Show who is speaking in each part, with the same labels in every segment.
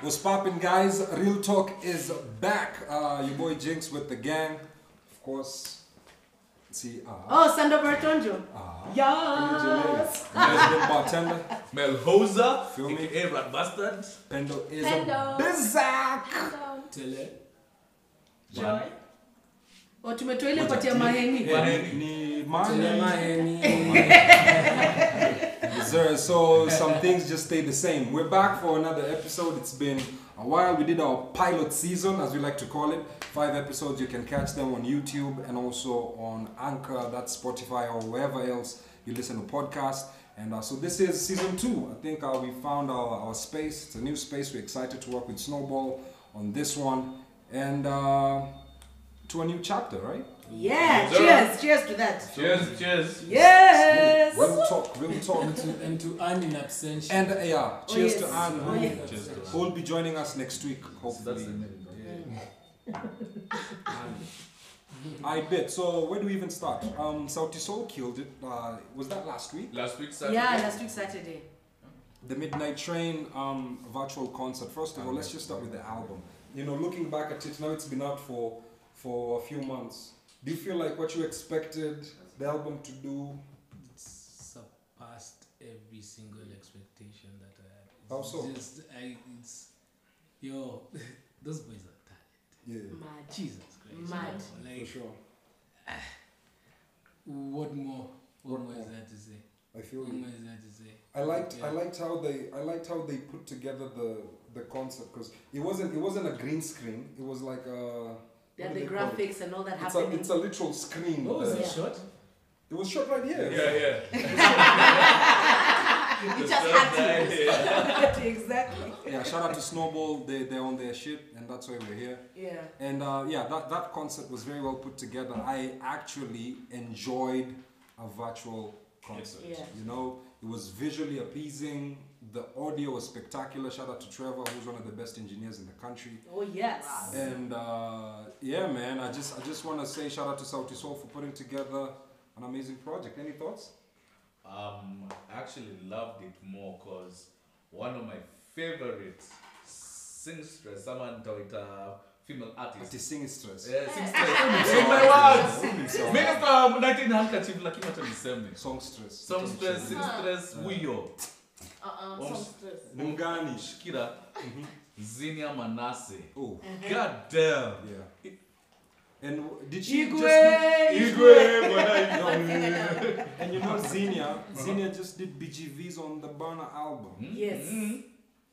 Speaker 1: What's poppin', guys? Real Talk is back. Uh, your boy Jinx with the gang. Of course, see, uh,
Speaker 2: Oh, Sandra Bertonjo.
Speaker 1: Ah. Yes.
Speaker 2: yes.
Speaker 1: resident bartender.
Speaker 3: Melhoza,
Speaker 1: Feel me?
Speaker 3: aka Black Bastard,
Speaker 1: Pendo is
Speaker 4: Pendo.
Speaker 1: a bizak.
Speaker 3: Tele,
Speaker 4: Joy.
Speaker 2: Oh, tumetoa ile pati ya mahengi.
Speaker 1: Eh, Ni mine.
Speaker 5: Maheni.
Speaker 1: Sir, so some things just stay the same. We're back for another episode. It's been a while. We did our pilot season, as we like to call it. Five episodes. You can catch them on YouTube and also on Anchor, that's Spotify or wherever else you listen to podcasts. And uh, so this is season two. I think uh, we found our, our space. It's a new space. We're excited to work with Snowball on this one and uh, to a new chapter, right?
Speaker 2: Yeah,
Speaker 3: Sir.
Speaker 2: cheers, cheers to that.
Speaker 3: Cheers, cheers.
Speaker 2: Yes.
Speaker 1: Real talk, real talk.
Speaker 5: And to, and to earn in absentia.
Speaker 1: And uh, yeah,
Speaker 2: Oh,
Speaker 1: cheers
Speaker 2: yes.
Speaker 1: to Anne.
Speaker 2: Oh, yes.
Speaker 3: Cheers to
Speaker 1: Who will be joining us next week, hopefully. I bet. So where do we even start? Um, Sauti Soul killed it. Uh, was that last week?
Speaker 3: Last week, Saturday.
Speaker 2: Yeah, last week Saturday.
Speaker 1: The Midnight Train um, virtual concert. First of all, let's just start with the album. You know, looking back at it now, it's been out for for a few months. Do you feel like what you expected the album to do?
Speaker 5: surpassed every single expectation that I had. It's
Speaker 1: How so?
Speaker 5: Just, I, it's, yo, those boys are tired.
Speaker 1: Yeah,
Speaker 2: Mad.
Speaker 5: Jesus Christ.
Speaker 2: Mad.
Speaker 5: yo,
Speaker 1: for
Speaker 5: Like,
Speaker 1: sure.
Speaker 5: what more?
Speaker 1: What
Speaker 5: What, more is
Speaker 1: more?
Speaker 5: there to say?
Speaker 1: I feel
Speaker 5: What
Speaker 1: you.
Speaker 5: more is there to say?
Speaker 1: I liked I
Speaker 5: Yeah.
Speaker 1: liked how they I liked how they put together the the concert because it wasn't it wasn't a green screen. It was like a
Speaker 2: There
Speaker 1: what
Speaker 2: are the
Speaker 1: do they call it?
Speaker 2: graphics and all that
Speaker 1: It's a,
Speaker 2: happening.
Speaker 1: it's a literal screen.
Speaker 3: Oh,
Speaker 5: What was
Speaker 1: there.
Speaker 5: it
Speaker 2: Yeah.
Speaker 5: short?
Speaker 1: It was shot right here.
Speaker 3: Yeah, yeah.
Speaker 2: It
Speaker 3: The
Speaker 2: just had to.
Speaker 3: Saturday.
Speaker 2: exactly.
Speaker 1: Yeah, shout out to Snowball. They, they're on their shit, and that's why we're here.
Speaker 2: Yeah.
Speaker 1: And uh, yeah, that, that concert was very well put together. I actually enjoyed a virtual concert.
Speaker 2: Yeah.
Speaker 1: You know, it was visually appeasing. The audio was spectacular. Shout out to Trevor, who's one of the best engineers in the country.
Speaker 2: Oh yes.
Speaker 1: And uh, yeah, man, I just I just want to say shout out to Sauti Soul for putting together an amazing project. Any thoughts?
Speaker 3: Um, I actually loved it more because one of my favorite singstress, someone called it a female artist.
Speaker 1: Ati singstress.
Speaker 3: Yeah, singstress. In my words.
Speaker 1: Song-
Speaker 3: Minister United Handkerchief, lakini hata niseme.
Speaker 1: Songstress.
Speaker 3: Songstress, singstress, huyo.
Speaker 4: Uh-uh,
Speaker 3: Om-
Speaker 4: songstress.
Speaker 1: Mungani.
Speaker 3: Shikira, Zinia Manase.
Speaker 1: Oh,
Speaker 3: God damn.
Speaker 1: yeah. And w- did she just look-
Speaker 2: Igwe.
Speaker 3: Igwe, Uh-huh. bwana,
Speaker 1: and you know Xenia, Xenia just did BGVs on the Burner album.
Speaker 3: Hmm?
Speaker 2: Yes.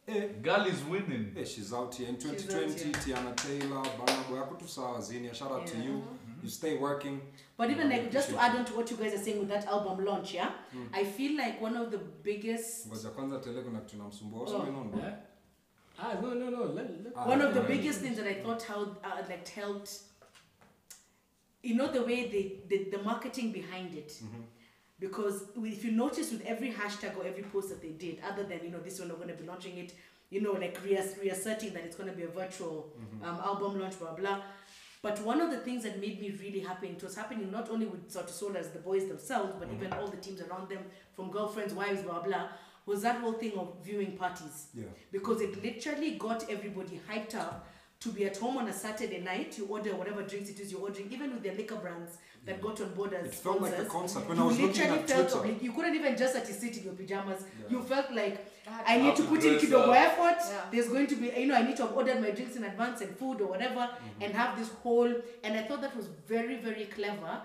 Speaker 1: Eh,
Speaker 3: Girl is winning.
Speaker 1: eh, she's out here in
Speaker 2: She's out
Speaker 1: 2020. Tiana Taylor, Burner Boy, akutusawa Xenia. Shout out to
Speaker 2: Yeah. Mm-hmm.
Speaker 1: you. You stay working.
Speaker 2: But even like just to
Speaker 1: Appreciate
Speaker 2: add on to what you guys are saying with that album launch, yeah,
Speaker 1: Hmm.
Speaker 2: I feel like one of the biggest,
Speaker 1: Ngoja kwanza tuelewe kuna kitu namsumbua. What's
Speaker 2: Oh.
Speaker 1: going on, bro?
Speaker 5: Yeah? Ah, no, no, no. Let, let,
Speaker 1: Ah,
Speaker 2: one of the
Speaker 1: yeah.
Speaker 2: biggest things that I thought how uh, like helped, you know, the way they the, the marketing behind it.
Speaker 5: Mm-hmm.
Speaker 2: Because if you notice with every hashtag or every post that they did, other than you know this one, we're going to be launching it, you know, like reass- reasserting that it's going to be a virtual
Speaker 5: Mm-hmm.
Speaker 2: um, album launch, blah blah. But one of the things that made me really happy, and it was happening not only with Sauti Sol as the boys themselves, but
Speaker 5: Mm-hmm.
Speaker 2: even all the teams around them, from girlfriends, wives, blah blah, was that whole thing of viewing parties.
Speaker 1: Yeah.
Speaker 2: Because it literally got everybody hyped up to be at home on a Saturday night. You order whatever drinks it is you're ordering, even with their liquor brands that got on board as
Speaker 1: It felt like a
Speaker 2: sponsors.
Speaker 1: concert. When I
Speaker 2: You
Speaker 1: was looking
Speaker 2: literally
Speaker 1: at
Speaker 2: felt
Speaker 1: Twitter,
Speaker 2: obli- you couldn't even just at sit in your pajamas.
Speaker 1: Yeah.
Speaker 2: You felt like
Speaker 4: had
Speaker 2: I
Speaker 3: to
Speaker 2: need to
Speaker 3: have
Speaker 2: put
Speaker 3: to
Speaker 2: in
Speaker 3: dress
Speaker 2: kidogo effort.
Speaker 4: Yeah.
Speaker 2: There's going to be you know I need to have ordered my drinks in advance and food or whatever
Speaker 1: Mm-hmm.
Speaker 2: and have this whole and I thought that was very very clever.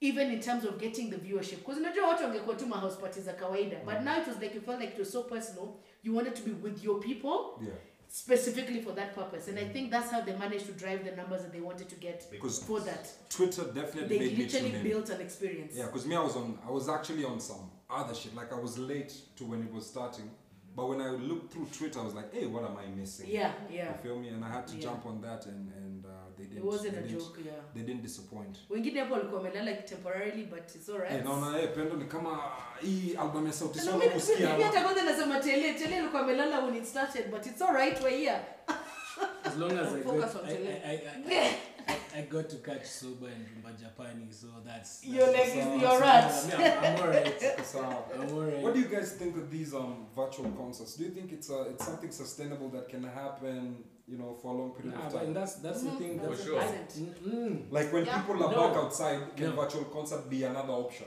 Speaker 2: Even in terms of getting the viewership, because unajua watu wangekuwa tu mahouse parties za kawaida, but
Speaker 1: Mm-hmm.
Speaker 2: now it was like you felt like it was so personal. You wanted to be with your people
Speaker 1: yeah.
Speaker 2: specifically for that purpose, and I think that's how they managed to drive the numbers that they wanted to get
Speaker 1: Mm-hmm. Because
Speaker 2: for that.
Speaker 1: Twitter definitely
Speaker 2: They
Speaker 1: made me tune
Speaker 2: literally
Speaker 1: in.
Speaker 2: built an experience.
Speaker 1: Yeah, because me, I was on. I was actually on some other shit. Like I was late to when it was starting, but when I looked through Twitter, I was like, "Hey, what am I missing?"
Speaker 2: yeah,
Speaker 1: You
Speaker 2: yeah.
Speaker 1: feel me? And I had to
Speaker 2: Yeah.
Speaker 1: jump on that, and and uh, they didn't.
Speaker 2: It wasn't
Speaker 1: they
Speaker 2: a
Speaker 1: didn't,
Speaker 2: joke, yeah.
Speaker 1: They didn't disappoint.
Speaker 2: wengine hapo walikuwa wamelala temporarily but it's alright.
Speaker 1: Hey, Eh, naona hey, pendo ni kama hii album ya sauti
Speaker 2: Na
Speaker 1: Sol
Speaker 2: mimi-
Speaker 1: kusikia
Speaker 2: mimi hata kwanza nasema tele tele alikuwa amelala when it started but it's alright we're here
Speaker 5: As long as I
Speaker 4: Focus
Speaker 5: got,
Speaker 4: on
Speaker 5: I, I, I, I, I got to catch soba and rumba Japani, so that's. that's
Speaker 2: Your leg is-
Speaker 5: so-
Speaker 2: you're
Speaker 5: so,
Speaker 2: right.
Speaker 5: yeah, I'm alright.
Speaker 1: So,
Speaker 5: I'm alright.
Speaker 1: what do you guys think of these um, virtual concerts? Do you think it's uh, it's something sustainable that can happen, you know, for a long period of
Speaker 5: Nah, Ah, but
Speaker 1: time?
Speaker 5: and that's that's
Speaker 2: Mm-hmm.
Speaker 5: the thing.
Speaker 3: For
Speaker 5: That's
Speaker 3: sure.
Speaker 5: Mm, mm.
Speaker 1: Like when
Speaker 4: Yeah.
Speaker 1: people are
Speaker 5: No.
Speaker 1: back outside, can
Speaker 5: No.
Speaker 1: virtual concert be another option?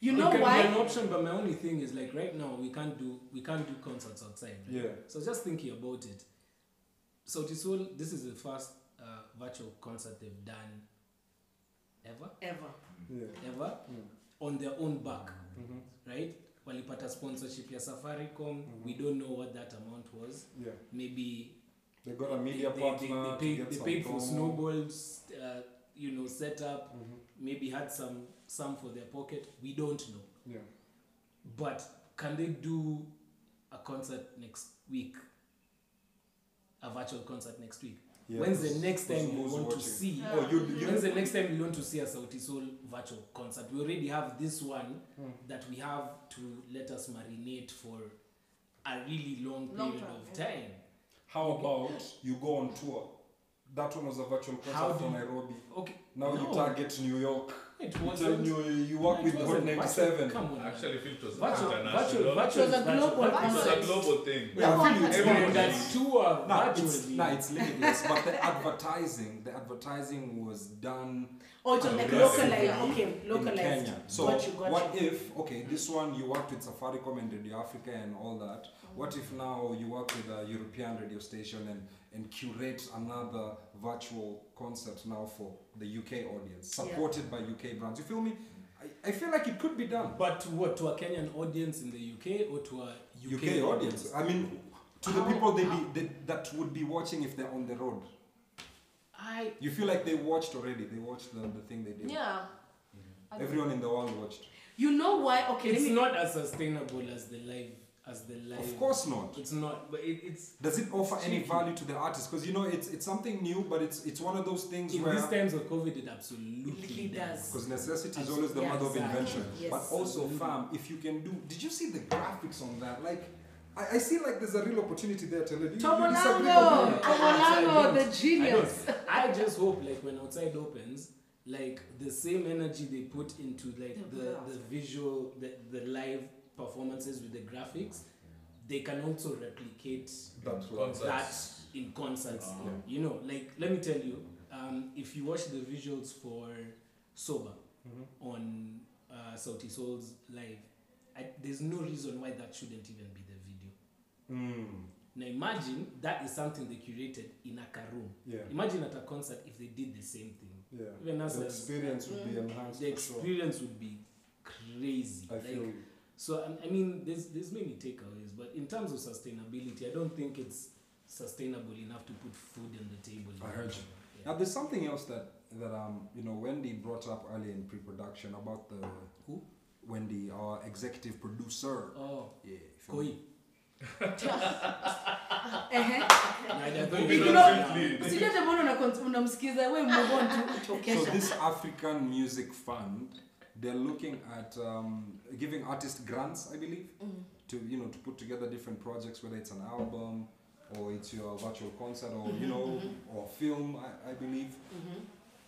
Speaker 2: You
Speaker 5: It
Speaker 2: know
Speaker 5: can be
Speaker 2: why?
Speaker 5: an option, but my only thing is like right now we can't do we can't do concerts outside. right?
Speaker 1: Yeah.
Speaker 5: So just thinking about it. So this will this is the first uh, virtual concert they've done ever
Speaker 2: Ever.
Speaker 1: Yeah.
Speaker 5: ever
Speaker 1: Mm.
Speaker 5: on their own back,
Speaker 1: Mhm.
Speaker 5: right? Walipata sponsorship ya Safaricom. We don't know what that amount was.
Speaker 1: Yeah.
Speaker 5: Maybe
Speaker 1: They got a media
Speaker 5: they, they,
Speaker 1: partner.
Speaker 5: they,
Speaker 1: to
Speaker 5: paid,
Speaker 1: get
Speaker 5: they
Speaker 1: some
Speaker 5: paid for
Speaker 1: promo.
Speaker 5: snowballs, uh, you know, setup.
Speaker 1: Mhm.
Speaker 5: Maybe had some some for their pocket. We don't know.
Speaker 1: Yeah.
Speaker 5: But can they do a concert next week? A virtual concert next week.
Speaker 1: Yeah,
Speaker 5: When's the
Speaker 1: who's-
Speaker 5: next
Speaker 1: who's-
Speaker 5: time you
Speaker 1: who's
Speaker 5: want to
Speaker 1: watching?
Speaker 5: see?
Speaker 1: Oh, you, you
Speaker 5: When's the next time you want to see a Sauti Sol virtual concert? We already have this one
Speaker 1: Hmm.
Speaker 5: that we have to let us marinate for a really long period
Speaker 4: Long time,
Speaker 5: of
Speaker 4: yeah.
Speaker 5: time.
Speaker 1: How about you go on tour? That one was a virtual concert
Speaker 5: How do
Speaker 1: from
Speaker 5: you-
Speaker 1: Nairobi.
Speaker 5: Okay.
Speaker 1: Now you
Speaker 5: No.
Speaker 1: target New York.
Speaker 5: It
Speaker 1: You, tell
Speaker 5: wasn't-
Speaker 1: New, you work
Speaker 5: it
Speaker 1: with
Speaker 5: wasn't
Speaker 1: Hot
Speaker 5: virtual.
Speaker 1: 97.
Speaker 5: Come on. man.
Speaker 3: Actually, it was
Speaker 5: Virtual, virtual,
Speaker 3: international.
Speaker 5: virtual,
Speaker 2: It was a global
Speaker 5: virtual.
Speaker 3: It was a
Speaker 4: Virtual.
Speaker 3: global thing.
Speaker 1: Yeah, I feel you, it's
Speaker 4: Everyone
Speaker 1: fine.
Speaker 5: Everyone that's tour
Speaker 1: Nah, it's,
Speaker 5: virtually.
Speaker 1: nah, it's limitless. but the advertising, the advertising was done
Speaker 2: Or just Oh, like
Speaker 1: aggressively
Speaker 2: localized. Okay,
Speaker 1: in
Speaker 2: localized.
Speaker 1: Kenya. So
Speaker 2: got you, got
Speaker 1: what
Speaker 2: you. Mm.
Speaker 1: if okay, this one you worked with Safaricom and Radio Africa and all that. What if now you work with a European radio station and and curate another virtual concert now for the UK audience,
Speaker 2: Yeah.
Speaker 1: supported by UK brands? You feel me? I, I feel like it could be done.
Speaker 5: But to what? To a Kenyan audience in the UK or to a UK,
Speaker 1: UK audience. I mean, to the
Speaker 5: How-
Speaker 1: people they, be, they that would be watching if they're on the road.
Speaker 5: I
Speaker 1: You feel like they watched already. They watched the, the thing they did.
Speaker 4: Yeah. I think-
Speaker 1: Everyone in the world watched.
Speaker 2: You know why? Okay,
Speaker 5: it's
Speaker 2: let me.
Speaker 5: not as sustainable as the live as the live.
Speaker 1: Of course not.
Speaker 5: it's not. But it, it's
Speaker 1: Does it offer any
Speaker 5: Tricky.
Speaker 1: value to the artist? Because you know it's it's something new, but it's it's one of those things
Speaker 5: in these
Speaker 1: where
Speaker 5: times of COVID, it absolutely
Speaker 2: It does.
Speaker 5: does.
Speaker 1: because necessity is always the mother of
Speaker 5: Yeah, exactly.
Speaker 1: invention.
Speaker 2: Yes.
Speaker 1: But also, fam, if you can do, did you see the graphics on that? Like, I, I see like there's a real opportunity there. Tele. You, you disagree with
Speaker 2: Tomolango,
Speaker 1: me?
Speaker 2: Tomolango,
Speaker 5: I
Speaker 2: the genius.
Speaker 5: I, don't. I just hope like when outside opens, like the same energy they put into like the the visual the, the live performances with the graphics, they can also replicate
Speaker 1: That's right.
Speaker 3: Concerts.
Speaker 5: that in concerts. You know, like let me tell you, um, if you watch the visuals for Sober on uh, Sauti Souls live, I, there's no reason why that shouldn't even be the video.
Speaker 1: Mm,
Speaker 5: Now imagine that is something they curated in a car room.
Speaker 1: yeah,
Speaker 5: Imagine at a concert if they did the same thing.
Speaker 1: yeah.
Speaker 5: Even us
Speaker 1: The
Speaker 5: as-
Speaker 1: experience would be enhanced.
Speaker 5: The
Speaker 1: for sure.
Speaker 5: experience would be crazy.
Speaker 1: I feel.
Speaker 5: Like,
Speaker 1: you.
Speaker 5: so I- I mean, there's there's many takeaways, but in terms of sustainability, I don't think it's sustainable enough to put food on the table.
Speaker 1: I heard you. Now
Speaker 5: Yeah.
Speaker 1: there's something else that that um you know Wendy brought up earlier in pre-production about the
Speaker 5: Who?
Speaker 1: Wendy, our executive producer.
Speaker 5: Oh,
Speaker 1: Yeah. if you-
Speaker 5: koi.
Speaker 2: Uh-huh.
Speaker 5: I don't
Speaker 3: We
Speaker 5: know.
Speaker 3: do not lead.
Speaker 2: Sijui hata mbona unakon- unamsikiza we move on to
Speaker 1: So
Speaker 2: uchokesha.
Speaker 1: this African Music Fund, they're looking at um, giving artist grants, I believe,
Speaker 5: Mm-hmm.
Speaker 1: to you know to put together different projects, whether it's an album or it's your virtual concert or
Speaker 5: Mm-hmm.
Speaker 1: you know or film, I, I believe.
Speaker 2: Mm-hmm.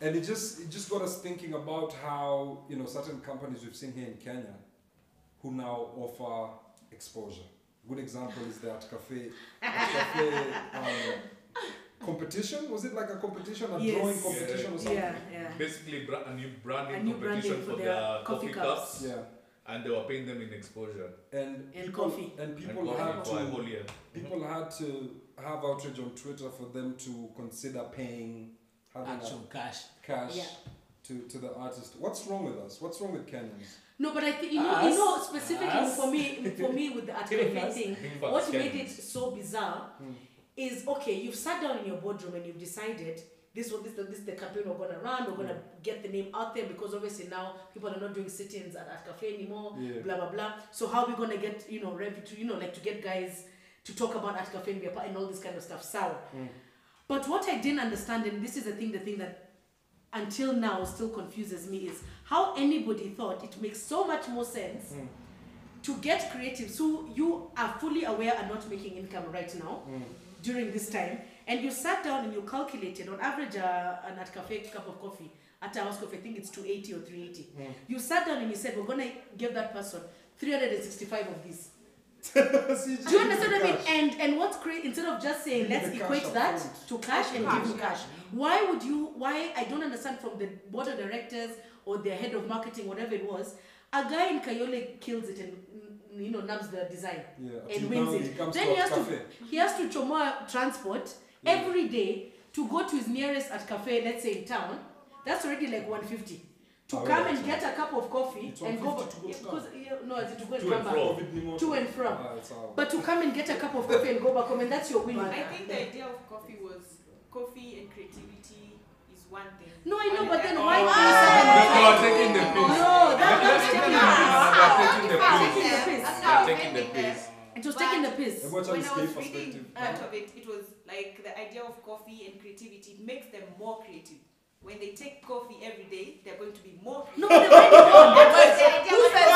Speaker 1: And it just it just got us thinking about how you know certain companies we've seen here in Kenya, who now offer exposure. Good example is the Art Cafe, Art Cafe um, competition. Was it like a competition, a
Speaker 2: Yes.
Speaker 1: drawing competition or something?
Speaker 2: Yeah, yeah.
Speaker 3: Basically, bra- a new branding
Speaker 2: A new
Speaker 3: competition
Speaker 2: branding
Speaker 3: for their coffee cups,
Speaker 1: Yeah,
Speaker 3: and they were paying them in exposure.
Speaker 1: and
Speaker 2: And
Speaker 1: people,
Speaker 2: coffee.
Speaker 1: and
Speaker 3: And
Speaker 1: people
Speaker 3: coffee
Speaker 1: had
Speaker 3: for a
Speaker 1: to
Speaker 3: whole year.
Speaker 1: people had to have outrage on Twitter for them to consider paying having a
Speaker 5: Actual cash.
Speaker 1: cash
Speaker 2: Yeah.
Speaker 1: to, to the artist. What's wrong with us? What's wrong with Kenyans?
Speaker 2: No, but I think you know,
Speaker 5: Us?
Speaker 2: you know specifically
Speaker 5: Us?
Speaker 2: for me, for me with the art cafe
Speaker 5: Us?
Speaker 2: thing,
Speaker 3: Think about
Speaker 2: what
Speaker 3: Ken.
Speaker 2: made it Hmm. so bizarre is okay. You've sat down in your boardroom and you've decided this was this this is the campaign we're gonna run. We're gonna get the name out there because obviously now people are not doing sit-ins at art cafe anymore.
Speaker 1: Yeah.
Speaker 2: Blah blah blah. So how are we gonna get you know revenue? to, You know like to get guys to talk about art cafe and be a part and all this kind of stuff. Sour. But what I didn't understand, and this is the thing, the thing that until now still confuses me is how anybody thought it makes so much more sense to get creatives who you are fully aware are not making income right now during this time And you sat down and you calculated on average uh, an at cafe cup of coffee at a house coffee, I think it's 280 or 380. You sat down and you said, We're gonna give that person 365 of this. Do you understand what I mean? And and what's crazy instead of just saying
Speaker 1: Give
Speaker 2: let's
Speaker 1: the cash
Speaker 2: equate
Speaker 1: up
Speaker 2: that to
Speaker 1: front.
Speaker 2: cash and
Speaker 1: Cash.
Speaker 2: give you cash. Why would you why I don't understand from the board of directors or their head of marketing, whatever it was, a guy in Kayole kills it and mm, you know nabs the design
Speaker 1: Yeah,
Speaker 2: and
Speaker 1: till
Speaker 2: wins
Speaker 1: now he
Speaker 2: it.
Speaker 1: comes
Speaker 2: Then
Speaker 1: to
Speaker 2: he
Speaker 1: our
Speaker 2: has to
Speaker 1: cafe.
Speaker 2: he has to choma transport
Speaker 1: Yeah.
Speaker 2: every day to go to his nearest at cafe, let's say in town. That's already like 150 to
Speaker 1: Ah,
Speaker 2: come
Speaker 1: yeah,
Speaker 2: and
Speaker 1: so-
Speaker 2: get a cup of coffee
Speaker 1: It's
Speaker 2: and go
Speaker 1: 150 to go
Speaker 2: yeah,
Speaker 1: to
Speaker 2: because yeah, no, as in to go and
Speaker 3: To
Speaker 2: come
Speaker 3: and
Speaker 2: back.
Speaker 3: fro.
Speaker 2: To and from.
Speaker 1: Ah, it's our-
Speaker 2: But to come and get a cup of coffee and go back home, and that's your winning.
Speaker 4: I think the idea of coffee was coffee and creativity is one thing.
Speaker 2: No, I know,
Speaker 4: And
Speaker 2: but
Speaker 4: then-
Speaker 2: then why pay
Speaker 4: Oh,
Speaker 3: People are taking the piss.
Speaker 2: No,
Speaker 3: They're
Speaker 2: that- that's
Speaker 3: taking
Speaker 2: taking
Speaker 3: the piss. They're
Speaker 2: the
Speaker 3: taking the piss.
Speaker 2: piss.
Speaker 3: They're taking the piss.
Speaker 2: It was taking the
Speaker 1: And
Speaker 2: piss.
Speaker 1: what's on
Speaker 4: When
Speaker 1: his
Speaker 4: I was
Speaker 1: cave
Speaker 4: reading
Speaker 1: perspective?
Speaker 4: part of it, it was like the idea of coffee and creativity. It makes them more creative. When they take coffee every day, they're going to be more creative.
Speaker 2: No, but then
Speaker 6: That was the idea.
Speaker 2: Who
Speaker 6: Who
Speaker 2: said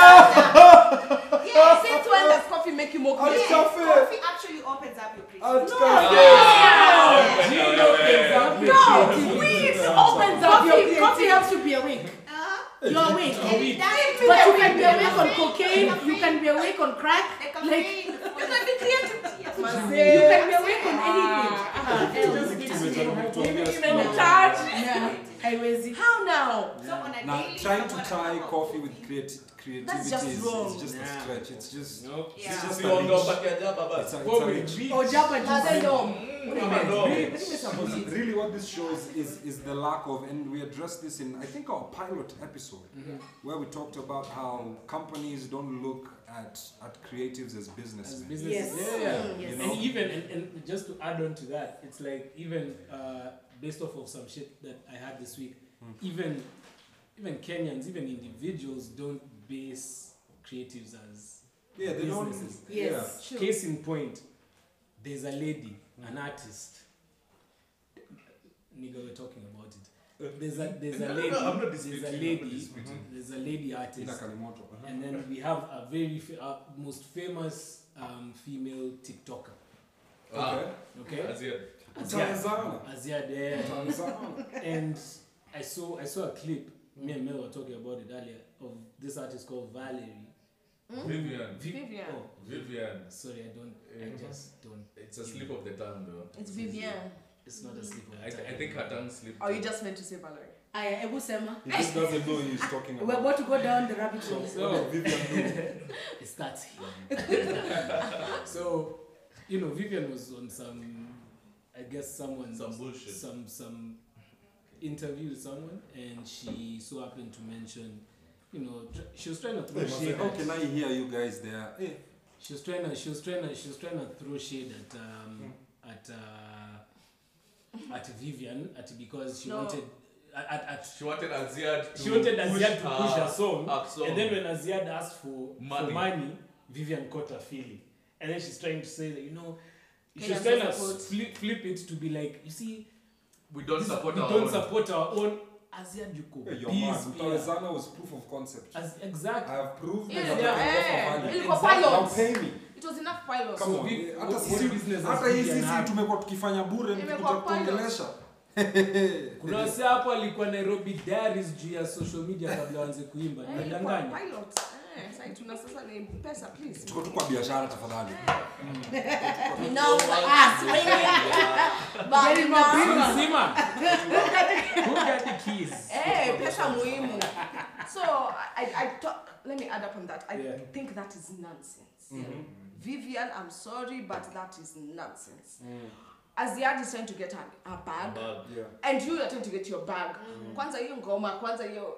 Speaker 6: Yeah,
Speaker 2: since when does coffee make you more
Speaker 1: At
Speaker 2: creative?
Speaker 1: cafe.
Speaker 4: Coffee actually opens up your
Speaker 1: At
Speaker 4: creativity.
Speaker 1: cafe.
Speaker 3: Yeah.
Speaker 5: Gino
Speaker 3: Yeah.
Speaker 5: thinks I'm
Speaker 2: No, wings opens up. Coffee, coffee helps you be awake.
Speaker 4: Uh,
Speaker 2: You're awake.
Speaker 5: Oh, we-
Speaker 6: That
Speaker 2: But you can be awake on
Speaker 6: Caffeine.
Speaker 2: cocaine, you can be awake on crack,
Speaker 6: The
Speaker 2: like,
Speaker 6: campaign.
Speaker 2: you can be awake on anything.
Speaker 1: Just give me some- give me some-
Speaker 2: Yeah, haiwezi. How now?
Speaker 4: So on a
Speaker 1: Now,
Speaker 4: daily,
Speaker 1: trying to
Speaker 4: someone
Speaker 1: tie
Speaker 4: about
Speaker 1: coffee with creati- creativity
Speaker 2: That's just
Speaker 1: is,
Speaker 2: wrong.
Speaker 1: is just a
Speaker 5: Yeah.
Speaker 1: stretch. It's just.
Speaker 5: No.
Speaker 4: Yeah.
Speaker 1: It's just
Speaker 3: Sisi
Speaker 1: a reach.
Speaker 3: wanaopaki ajabu baba.
Speaker 1: It's a-
Speaker 5: Go
Speaker 1: it's a
Speaker 5: with
Speaker 1: reach.
Speaker 5: me.
Speaker 2: Ojaba juice.
Speaker 3: Mm, kama ndogo.
Speaker 1: Really, what this shows is is the lack of, and we addressed this in I think our pilot episode,
Speaker 5: Mm-hmm.
Speaker 1: where we talked about how companies don't look at at creatives as
Speaker 5: As
Speaker 1: businessmen.
Speaker 5: business,
Speaker 2: Yes.
Speaker 5: yeah, yeah.
Speaker 2: Mm, yes.
Speaker 1: You know?
Speaker 5: And even and, and just to add on to that, it's like even uh, based off of some shit that I had this week,
Speaker 3: Hmm.
Speaker 5: even even Kenyans, even individuals don't base creatives as
Speaker 1: yeah, they don't.
Speaker 5: businesses.
Speaker 1: Yeah.
Speaker 2: Yes.
Speaker 5: case in point. There's a lady,
Speaker 3: Hmm.
Speaker 5: an artist. Nigga, we're talking about it. There's a there's a
Speaker 3: Uh, No, no,
Speaker 5: lady.
Speaker 3: no, I'm not
Speaker 5: there's a
Speaker 3: disputing, I'm not
Speaker 5: lady.
Speaker 3: disputing.
Speaker 5: There's a lady
Speaker 1: Ina
Speaker 5: artist.
Speaker 1: Kalimoto. Uh-huh.
Speaker 5: And then we have a very fa- uh, most famous um, female TikToker.
Speaker 1: Okay.
Speaker 5: Okay,
Speaker 3: As in,
Speaker 1: Ah.
Speaker 5: Azia,
Speaker 1: Tanzania.
Speaker 5: Azia there.
Speaker 1: Tanzania.
Speaker 5: And I saw I saw a clip. Me and Mel were talking about it earlier of this artist called Valerie.
Speaker 3: Vivian.
Speaker 5: Vi-
Speaker 2: Vivian.
Speaker 5: Oh,
Speaker 3: Vivian.
Speaker 5: sorry, I don't. I
Speaker 3: Mhm.
Speaker 5: just don't.
Speaker 3: It's a slip of the tongue, though.
Speaker 6: It's
Speaker 5: Vivian. It's not a slip of
Speaker 3: I,
Speaker 5: the
Speaker 3: I
Speaker 5: tongue.
Speaker 3: think her tongue slipped.
Speaker 6: Oh, you just meant to say Valerie.
Speaker 2: Aya, hebu sema.
Speaker 1: He just doesn't know who he's talking
Speaker 2: We're
Speaker 1: about.
Speaker 2: about to go down the rabbit hole.
Speaker 5: So
Speaker 1: Vivian
Speaker 5: it starts here. so, you know, Vivian was on some, I guess, someone's
Speaker 3: Some bullshit.
Speaker 5: some some interview with someone, and she so happened to mention, you know, tr- she was trying to throw
Speaker 1: Lou.
Speaker 5: shade.
Speaker 1: How
Speaker 5: at-
Speaker 1: can I hear you guys there? Eh,
Speaker 5: She was trying to she was trying to she was trying to throw shade at um at uh, at Vivian at because she
Speaker 6: No.
Speaker 5: wanted at, at, at
Speaker 3: She wanted Aziad to
Speaker 5: she wanted Aziad to push her song,
Speaker 3: her song.
Speaker 5: and then when Aziad asked for money.
Speaker 3: Money.
Speaker 5: for money, Vivian caught her feeling, and then she's trying to say that you know,
Speaker 6: Can
Speaker 5: she's
Speaker 6: I
Speaker 5: trying to
Speaker 6: support?
Speaker 5: flip, flip it to be like, you see,
Speaker 3: We don't
Speaker 5: this-
Speaker 3: support
Speaker 5: we
Speaker 3: our
Speaker 5: don't
Speaker 3: own.
Speaker 5: support our own. Aziad, you could
Speaker 1: You're
Speaker 5: be
Speaker 1: mad.
Speaker 5: spear.
Speaker 1: Tanzania was proof of concept.
Speaker 5: As
Speaker 1: I
Speaker 5: exactly.
Speaker 1: have proved
Speaker 6: Yeah,
Speaker 1: that
Speaker 5: yeah.
Speaker 1: I'm of
Speaker 5: Eh, ilikuwa
Speaker 1: Now pay me.
Speaker 6: It was enough pilots.
Speaker 1: Come
Speaker 5: So
Speaker 1: on.
Speaker 5: big-
Speaker 1: Hata
Speaker 5: what
Speaker 1: sisi-
Speaker 5: business has
Speaker 1: hata hii
Speaker 5: Vivian
Speaker 1: sisi
Speaker 5: had?
Speaker 1: tumekuwa tukifanya bure
Speaker 6: Imekuwa
Speaker 1: mkikuja kutuongelesha.
Speaker 5: kuna wase hapo alikuwa nairobi diaries juu ya social media kabla wanze kuimba nadanganya
Speaker 1: Tuko tu kwa biashara tafadhali.
Speaker 6: ah,
Speaker 5: mzima Who got the keys?
Speaker 6: Eh, pesa muhimu so I, I, I talk, let me add up on that i
Speaker 5: Yeah.
Speaker 6: think that is nonsense vivian i'm sorry but that is nonsense
Speaker 5: Mm.
Speaker 6: as the ad is trying to get her, her bag
Speaker 3: Bag.
Speaker 1: Yeah.
Speaker 6: and you are trying to get your bag
Speaker 5: Mm.
Speaker 6: kwanza hiyo ngoma kwanza hiyo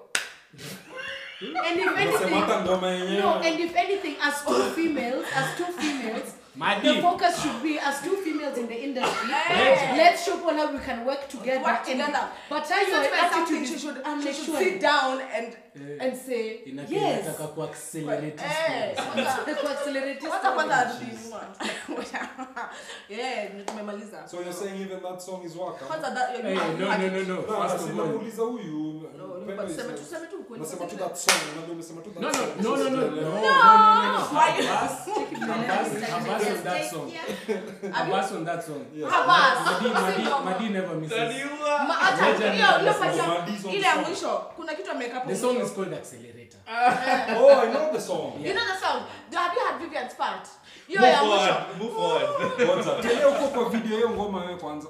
Speaker 2: And if
Speaker 1: Unasema
Speaker 2: anything,
Speaker 1: hata ngoma yenyewe.
Speaker 2: no, and if anything, as two females, as two females,
Speaker 5: Madi.
Speaker 2: the focus should be as two females in the industry.
Speaker 6: Hey.
Speaker 2: Let's show people how we can work together.
Speaker 6: Work
Speaker 2: and-
Speaker 6: together.
Speaker 2: But
Speaker 6: It's
Speaker 2: tell
Speaker 6: not
Speaker 2: your
Speaker 6: even something
Speaker 2: attitude
Speaker 6: she
Speaker 2: is
Speaker 6: should, she should
Speaker 2: unless-
Speaker 6: sit down and,
Speaker 5: Eh.
Speaker 6: and say
Speaker 5: Ina-
Speaker 2: Yes.
Speaker 5: inataka kuaccelerate
Speaker 6: Eh,
Speaker 5: story.
Speaker 6: kwanza-
Speaker 2: The co-accelerator
Speaker 6: kwanza
Speaker 2: story.
Speaker 6: kwanza hatujainua. Yeah, tumemaliza
Speaker 1: So you're saying even that song is waka?
Speaker 6: kwanza that-
Speaker 5: Hey, no, no, no, no.
Speaker 1: No,
Speaker 5: First of
Speaker 1: sina
Speaker 5: all,
Speaker 1: muuliza huyu.
Speaker 6: No, no,
Speaker 1: Pendo
Speaker 6: but
Speaker 1: is-
Speaker 6: tuseme tu- tuseme tu ukweli.
Speaker 1: Unasema tu that song, unajua unasema tu that
Speaker 5: No, no,
Speaker 1: song.
Speaker 5: no, no, no, no, no, no, no, no, no.
Speaker 6: Why you-
Speaker 5: First,
Speaker 6: Take it
Speaker 5: Habas,
Speaker 2: Just
Speaker 5: Habas on that
Speaker 2: take
Speaker 5: song.
Speaker 2: here.
Speaker 5: Habas on that song.
Speaker 1: Yes.
Speaker 6: Habas.
Speaker 5: Madi, Madi,
Speaker 6: Sing on.
Speaker 5: Madi never misses.
Speaker 3: Daniela.
Speaker 6: Ma- hata
Speaker 5: Legend
Speaker 6: hiyo- hiyo
Speaker 5: is
Speaker 6: part ya-
Speaker 1: Mandy's on
Speaker 6: ile
Speaker 1: the
Speaker 6: ya
Speaker 1: song.
Speaker 6: mwisho kuna kitu ameweka hapo
Speaker 5: The song
Speaker 6: mwisho.
Speaker 5: is called Accelerator.
Speaker 1: Oh, I know the song.
Speaker 6: You know the song? Do- have you heard Vivian's part? Hiyo
Speaker 3: Move
Speaker 6: ya mwisho.
Speaker 3: forward. Move forward.
Speaker 1: Kwanza, tele uko kwa video hiyo ngoma wewe kwanza.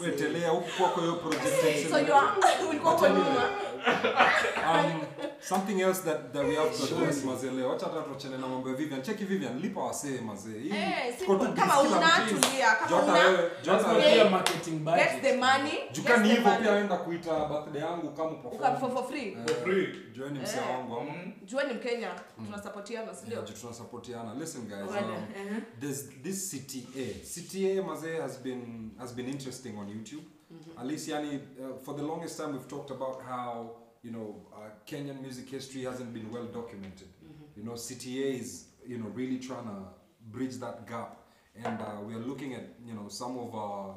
Speaker 1: Wewe telea huko kwako hiyo project.
Speaker 6: So you are- ulikuwa uko nyuma.
Speaker 1: Um, something else that, that we have to address mazee leo. Wacha hata tuachane na mambo ya Vivian. Cheki Vivian, lipa wasee mazee. Hii
Speaker 6: Eh,
Speaker 1: tuko tu
Speaker 6: simple. Kama
Speaker 1: busy na
Speaker 6: una,
Speaker 1: routines.
Speaker 6: tulia. Kama
Speaker 1: Jota
Speaker 6: una,
Speaker 1: wewe,
Speaker 5: That's
Speaker 1: Jota
Speaker 5: why
Speaker 1: wewe.
Speaker 5: we are marketing
Speaker 6: Get the
Speaker 5: budget.
Speaker 6: money.
Speaker 1: Jukani
Speaker 6: get the
Speaker 1: hivyo
Speaker 6: money.
Speaker 1: pia enda kuita birthday yangu kama
Speaker 6: Uka-
Speaker 1: perform.
Speaker 6: for- for free.
Speaker 1: Eh,
Speaker 3: For free.
Speaker 1: Join msia
Speaker 6: Eh.
Speaker 1: wangu ama
Speaker 3: Um,
Speaker 6: Jueni Mkenya,
Speaker 1: Mm.
Speaker 6: tunasapotiana, si ndio?
Speaker 1: Yeah, ju- tunasapotiana. Listen guys,
Speaker 2: Wala,
Speaker 1: um,
Speaker 2: uh-huh.
Speaker 1: there's this CTA. CTA Maze has been has been interesting on YouTube.
Speaker 6: Mm-hmm.
Speaker 1: At least yani, uh, for the longest time we've talked about how you know uh, Kenyan music history hasn't been well documented.
Speaker 6: Mm-hmm.
Speaker 1: You know CTA is you know really trying to bridge that gap, and uh, we are looking at you know some of our